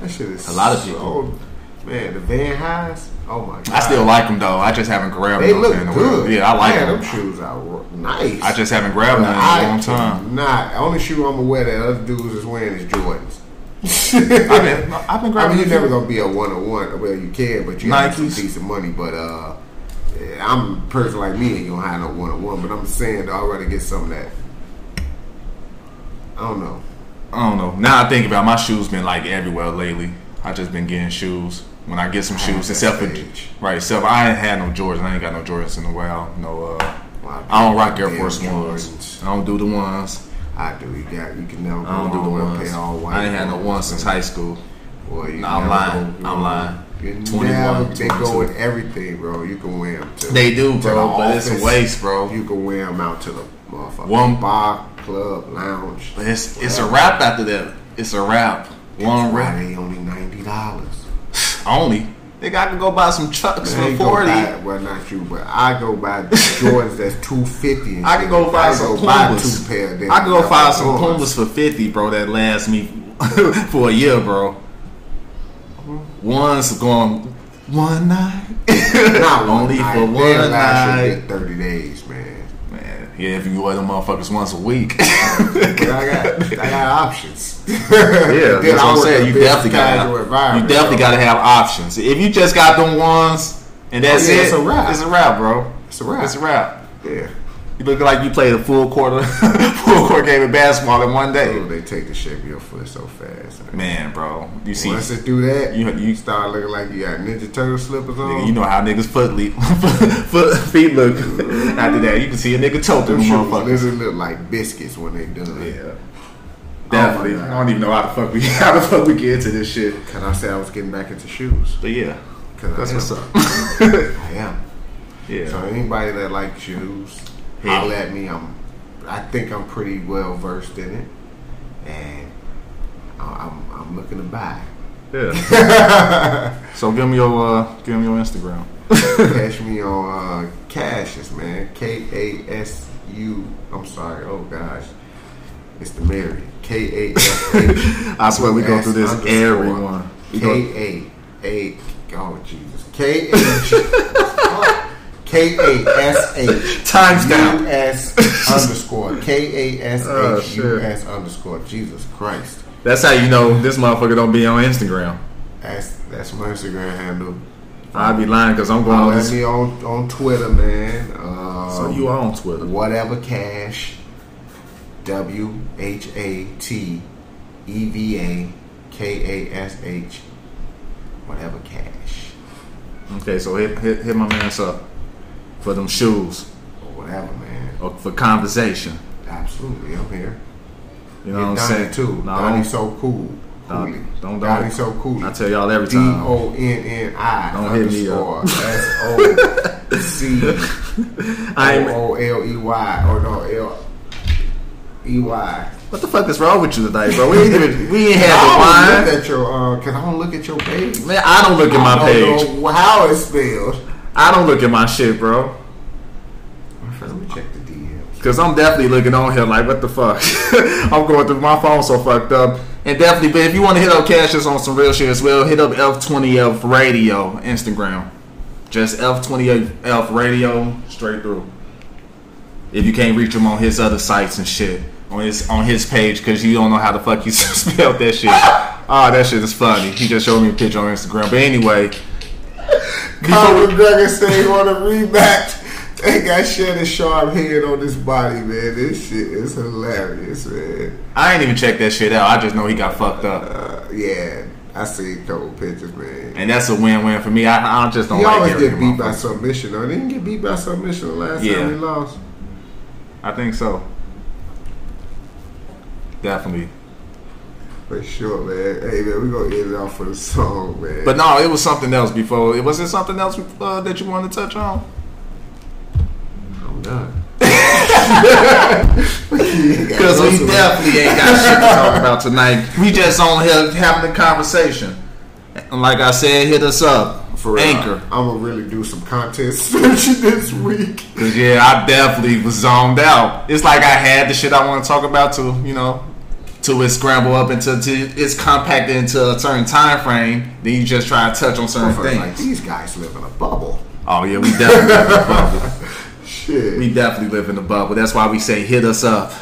[SPEAKER 1] That shit is
[SPEAKER 2] A lot of
[SPEAKER 1] so-
[SPEAKER 2] people.
[SPEAKER 1] man, the Van highs. Oh my god,
[SPEAKER 2] I still like them though. I just haven't grabbed
[SPEAKER 1] They
[SPEAKER 2] them
[SPEAKER 1] look
[SPEAKER 2] in a while.
[SPEAKER 1] good.
[SPEAKER 2] Yeah, I like
[SPEAKER 1] man,
[SPEAKER 2] them.
[SPEAKER 1] shoes are ro- nice.
[SPEAKER 2] I just haven't grabbed them in
[SPEAKER 1] I
[SPEAKER 2] a long time.
[SPEAKER 1] Nah, the only shoe I'm gonna wear that other dudes is wearing is Jordans.
[SPEAKER 2] (laughs) I've been, I've been
[SPEAKER 1] I
[SPEAKER 2] grabbing. them.
[SPEAKER 1] mean, you're never gonna be a one on one. Well, you can, but you have some
[SPEAKER 2] Nikes.
[SPEAKER 1] decent money. But uh, I'm a person like me, and you don't have no one on one. But I'm saying, I'd rather get something that I don't know.
[SPEAKER 2] I don't know. Now I think about it, my shoes been like everywhere lately. I just been getting shoes. when I get some shoes.
[SPEAKER 1] that
[SPEAKER 2] Except for
[SPEAKER 1] Oh, stage.
[SPEAKER 2] right, except I ain't had no Jordans. I ain't got no Jordans in a while. No, uh,
[SPEAKER 1] Wow.
[SPEAKER 2] I don't rock Air
[SPEAKER 1] Damn
[SPEAKER 2] Force ones.
[SPEAKER 1] Jordans.
[SPEAKER 2] I don't do the ones.
[SPEAKER 1] I do. You got. You can never go
[SPEAKER 2] I don't do the
[SPEAKER 1] wrong with a
[SPEAKER 2] ones.
[SPEAKER 1] pair of Oh, all white.
[SPEAKER 2] I ain't had no
[SPEAKER 1] ones.
[SPEAKER 2] one since high school.
[SPEAKER 1] Boy, you
[SPEAKER 2] Nah, I'm
[SPEAKER 1] never
[SPEAKER 2] lying.
[SPEAKER 1] go
[SPEAKER 2] I'm
[SPEAKER 1] wrong.
[SPEAKER 2] lying.
[SPEAKER 1] You
[SPEAKER 2] 21,
[SPEAKER 1] never. They go
[SPEAKER 2] 22.
[SPEAKER 1] with everything, bro. You can wear them too.
[SPEAKER 2] They do, bro,
[SPEAKER 1] the
[SPEAKER 2] but it's
[SPEAKER 1] office.
[SPEAKER 2] a waste, bro.
[SPEAKER 1] You can wear them out to the motherfucker.
[SPEAKER 2] One-
[SPEAKER 1] bar, club, lounge.
[SPEAKER 2] But it's it's a wrap after that. It's a wrap. One
[SPEAKER 1] Why
[SPEAKER 2] wrap
[SPEAKER 1] they only ninety dollars?
[SPEAKER 2] only. They got to go buy some chucks for forty.
[SPEAKER 1] Well, not you, but I go buy
[SPEAKER 2] (laughs)
[SPEAKER 1] Jordans that's two fifty.
[SPEAKER 2] I could go buy some
[SPEAKER 1] buy
[SPEAKER 2] Pumas.
[SPEAKER 1] two pair. then
[SPEAKER 2] I could go
[SPEAKER 1] got
[SPEAKER 2] find some
[SPEAKER 1] ones.
[SPEAKER 2] Pumas for fifty, bro. That lasts me (laughs) for a year, bro. One's going one night.
[SPEAKER 1] (laughs) Not one
[SPEAKER 2] Only
[SPEAKER 1] night.
[SPEAKER 2] for
[SPEAKER 1] They
[SPEAKER 2] one
[SPEAKER 1] last you
[SPEAKER 2] night.
[SPEAKER 1] good Thirty days, man.
[SPEAKER 2] Man, yeah, if you wear them motherfuckers once a
[SPEAKER 1] (laughs)
[SPEAKER 2] week.
[SPEAKER 1] But I got, I got options. (laughs)
[SPEAKER 2] Yeah,
[SPEAKER 1] Then
[SPEAKER 2] that's what
[SPEAKER 1] I
[SPEAKER 2] I'm
[SPEAKER 1] work
[SPEAKER 2] saying.
[SPEAKER 1] in a
[SPEAKER 2] You
[SPEAKER 1] business
[SPEAKER 2] definitely got
[SPEAKER 1] casual
[SPEAKER 2] to. You
[SPEAKER 1] environment,
[SPEAKER 2] definitely
[SPEAKER 1] so
[SPEAKER 2] got to have options. If you just got them ones and that's
[SPEAKER 1] Oh, yeah,
[SPEAKER 2] it,
[SPEAKER 1] it's a wrap.
[SPEAKER 2] It's a wrap, bro.
[SPEAKER 1] It's a wrap.
[SPEAKER 2] It's a wrap.
[SPEAKER 1] Yeah.
[SPEAKER 2] You look like you played a full quarter, (laughs) full court game of basketball in one
[SPEAKER 1] Oh,
[SPEAKER 2] day.
[SPEAKER 1] they take the shape of your foot so fast. Man.
[SPEAKER 2] Man, bro, you see,
[SPEAKER 1] Once it do that, you,
[SPEAKER 2] you you
[SPEAKER 1] start looking like you got Ninja Turtle slippers on.
[SPEAKER 2] Nigga, you know how niggas foot, leap, (laughs) foot, foot feet look. After that, you can see a nigga toe through
[SPEAKER 1] them
[SPEAKER 2] the
[SPEAKER 1] shoes
[SPEAKER 2] motherfucker.
[SPEAKER 1] literally look like biscuits when they done.
[SPEAKER 2] Yeah, definitely.
[SPEAKER 1] Oh my God.
[SPEAKER 2] I don't even know how the fuck we (laughs) how the fuck we get into this shit.
[SPEAKER 1] Cause I said I was getting back into shoes.
[SPEAKER 2] But yeah,
[SPEAKER 1] Cause
[SPEAKER 2] that's
[SPEAKER 1] I am.
[SPEAKER 2] what's up.
[SPEAKER 1] I am.
[SPEAKER 2] (laughs) Yeah, (laughs)
[SPEAKER 1] So anybody that likes shoes,
[SPEAKER 2] Yeah.
[SPEAKER 1] holler at me. I'm. I think I'm pretty well versed in it, and I- I'm I'm looking to buy.
[SPEAKER 2] yeah. so give me your uh, give me your Instagram.
[SPEAKER 1] Cash me on uh, Cassius, man. K A S U. I'm sorry. Oh gosh, it's the Mary. K A S H.
[SPEAKER 2] (laughs) I swear we go through this
[SPEAKER 1] Underscore.
[SPEAKER 2] every one. We go-
[SPEAKER 1] K A A. Oh Jesus. K A. (laughs) K A S H.
[SPEAKER 2] Timestamp. (laughs)
[SPEAKER 1] U S underscore K A S
[SPEAKER 2] Oh,
[SPEAKER 1] H
[SPEAKER 2] shit.
[SPEAKER 1] U S underscore Jesus Christ.
[SPEAKER 2] That's how you know this motherfucker don't be on Instagram.
[SPEAKER 1] That's that's my Instagram handle.
[SPEAKER 2] I'd be lying because I'm going on
[SPEAKER 1] Follow
[SPEAKER 2] this.
[SPEAKER 1] me on on Twitter, man. Um,
[SPEAKER 2] So you are on Twitter.
[SPEAKER 1] whatever cash W H A T E V A K A S H whatever cash
[SPEAKER 2] Okay, so hit hit, hit my man's up for them shoes
[SPEAKER 1] or whatever man.
[SPEAKER 2] or for conversation.
[SPEAKER 1] Absolutely, I'm here.
[SPEAKER 2] You know
[SPEAKER 1] Get
[SPEAKER 2] what I'm
[SPEAKER 1] Donnie
[SPEAKER 2] saying?
[SPEAKER 1] too.
[SPEAKER 2] No,
[SPEAKER 1] Donnie
[SPEAKER 2] don't-
[SPEAKER 1] so cool.
[SPEAKER 2] Donnie.
[SPEAKER 1] Cooley.
[SPEAKER 2] Don't- don't-
[SPEAKER 1] Donnie so cool.
[SPEAKER 2] I tell y'all every
[SPEAKER 1] D
[SPEAKER 2] time.
[SPEAKER 1] O N N I
[SPEAKER 2] Don't hit me (laughs)
[SPEAKER 1] underscore S O C
[SPEAKER 2] I'm.
[SPEAKER 1] O O E L E Y or no L
[SPEAKER 2] (laughs)
[SPEAKER 1] E Y.
[SPEAKER 2] What the fuck is wrong with you tonight, bro? We ain't even. We
[SPEAKER 1] (laughs)
[SPEAKER 2] ain't
[SPEAKER 1] I
[SPEAKER 2] had
[SPEAKER 1] don't
[SPEAKER 2] the
[SPEAKER 1] look
[SPEAKER 2] wine.
[SPEAKER 1] at your uh, cause I don't look at your page.
[SPEAKER 2] Man, I don't look at my
[SPEAKER 1] I don't
[SPEAKER 2] page.
[SPEAKER 1] know how it's spelled.
[SPEAKER 2] I don't look at my shit, bro.
[SPEAKER 1] Let me check the DM.
[SPEAKER 2] Cause I'm definitely looking on here like, what the fuck? (laughs) I'm going through my phone so fucked up. And definitely, but if you want to hit up Cassius on some real shit as well, hit up F20F Radio Instagram. Just F20F Radio straight through. If you can't reach him on his other sites and shit, on his on his page, cause you don't know how the fuck you (laughs) spelled that shit. Ah, that shit is funny. He just showed me a picture on Instagram. But anyway,
[SPEAKER 1] Conor McGregor say he want a rematch. They got Shannon Sharp head on his body, man. This shit is hilarious, man.
[SPEAKER 2] I ain't even check that shit out. I just know he got fucked up,
[SPEAKER 1] Uh, yeah, I see a couple pictures, man.
[SPEAKER 2] and that's a win-win for me. I, I just don't
[SPEAKER 1] He
[SPEAKER 2] like
[SPEAKER 1] always
[SPEAKER 2] hearing
[SPEAKER 1] get
[SPEAKER 2] him
[SPEAKER 1] beat
[SPEAKER 2] on
[SPEAKER 1] by
[SPEAKER 2] fucking-
[SPEAKER 1] submission. Or didn't he get beat by submission the last
[SPEAKER 2] Yeah.
[SPEAKER 1] time he lost.
[SPEAKER 2] I think so. Definitely.
[SPEAKER 1] For sure, man. Hey, man, we gonna end it off with a song, man.
[SPEAKER 2] But no, it was something else before. It was it something else uh, that you wanted to touch on? (laughs)
[SPEAKER 1] I'm done. (laughs)
[SPEAKER 2] Because we definitely ain't got shit to (laughs) talk about tonight. We just on here having a conversation. And like I said, hit us up
[SPEAKER 1] For real,
[SPEAKER 2] Anchor.
[SPEAKER 1] I'm gonna really do some content (laughs) searching this week.
[SPEAKER 2] Cause yeah, I definitely was zoned out. It's like I had the shit I want to talk about to you know, to it scramble up into to it's compacted into a certain time frame. Then you just try to touch on certain things.
[SPEAKER 1] Like these guys live in a bubble.
[SPEAKER 2] oh yeah, we definitely live in a bubble.
[SPEAKER 1] Shit.
[SPEAKER 2] We definitely live in a bubble. That's why we say hit us up.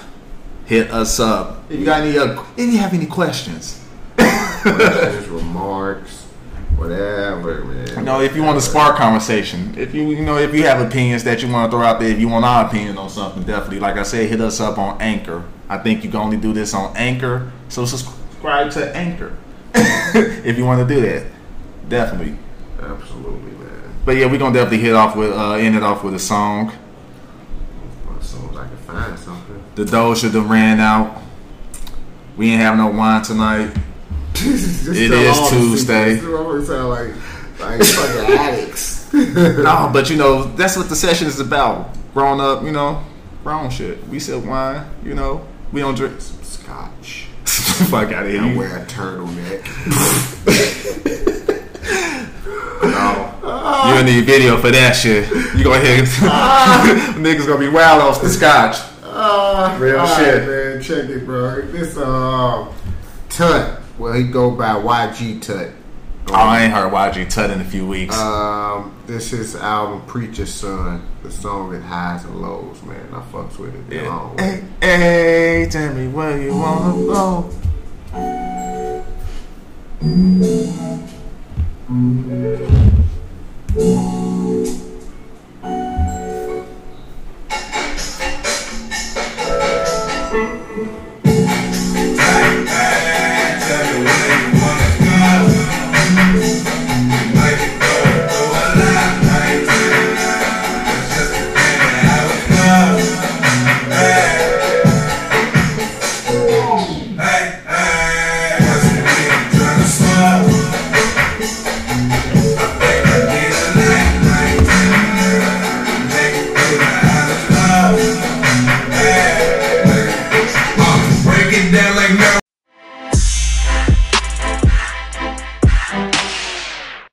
[SPEAKER 2] Hit us up. If you got any, uh, if you have any questions,
[SPEAKER 1] questions, remarks, whatever, man.
[SPEAKER 2] you know, if you want to spark conversation, if you, you know, if you have opinions that you want to throw out there, if you want our opinion on something, definitely, like I said, hit us up on Anchor. I think you can only do (laughs) this on Anchor, so subscribe to Anchor if you want to do that. Definitely.
[SPEAKER 1] Absolutely, man.
[SPEAKER 2] But yeah, we're gonna definitely hit off with uh, end it off with a song.
[SPEAKER 1] As soon as I can
[SPEAKER 2] (laughs)
[SPEAKER 1] find something.
[SPEAKER 2] The Doja done ran out. We ain't have no wine tonight.
[SPEAKER 1] it
[SPEAKER 2] is Tuesday.
[SPEAKER 1] Sound like like fucking addicts.
[SPEAKER 2] (laughs) No, but you know that's what the session is about. Grown up, you know, grown shit. We sip wine, you know. We don't drink. (laughs)
[SPEAKER 1] Scotch.
[SPEAKER 2] Fuck out of here.
[SPEAKER 1] I wear a turtleneck.
[SPEAKER 2] You in the video for that shit. You gonna hear (laughs) niggas gonna be wild off the scotch.
[SPEAKER 1] Uh,
[SPEAKER 2] (laughs) Real
[SPEAKER 1] all
[SPEAKER 2] shit.
[SPEAKER 1] man. Check it, bro. This uh, Tut. Well, he go by YG Tut.
[SPEAKER 2] Oh, I ain't heard YG Tut in a few weeks.
[SPEAKER 1] Um, this is album Preacher's Son. The song that highs and lows, man. I fucks with it.
[SPEAKER 2] Yeah.
[SPEAKER 1] Long way.
[SPEAKER 2] hey, hey, tell me where you wanna go.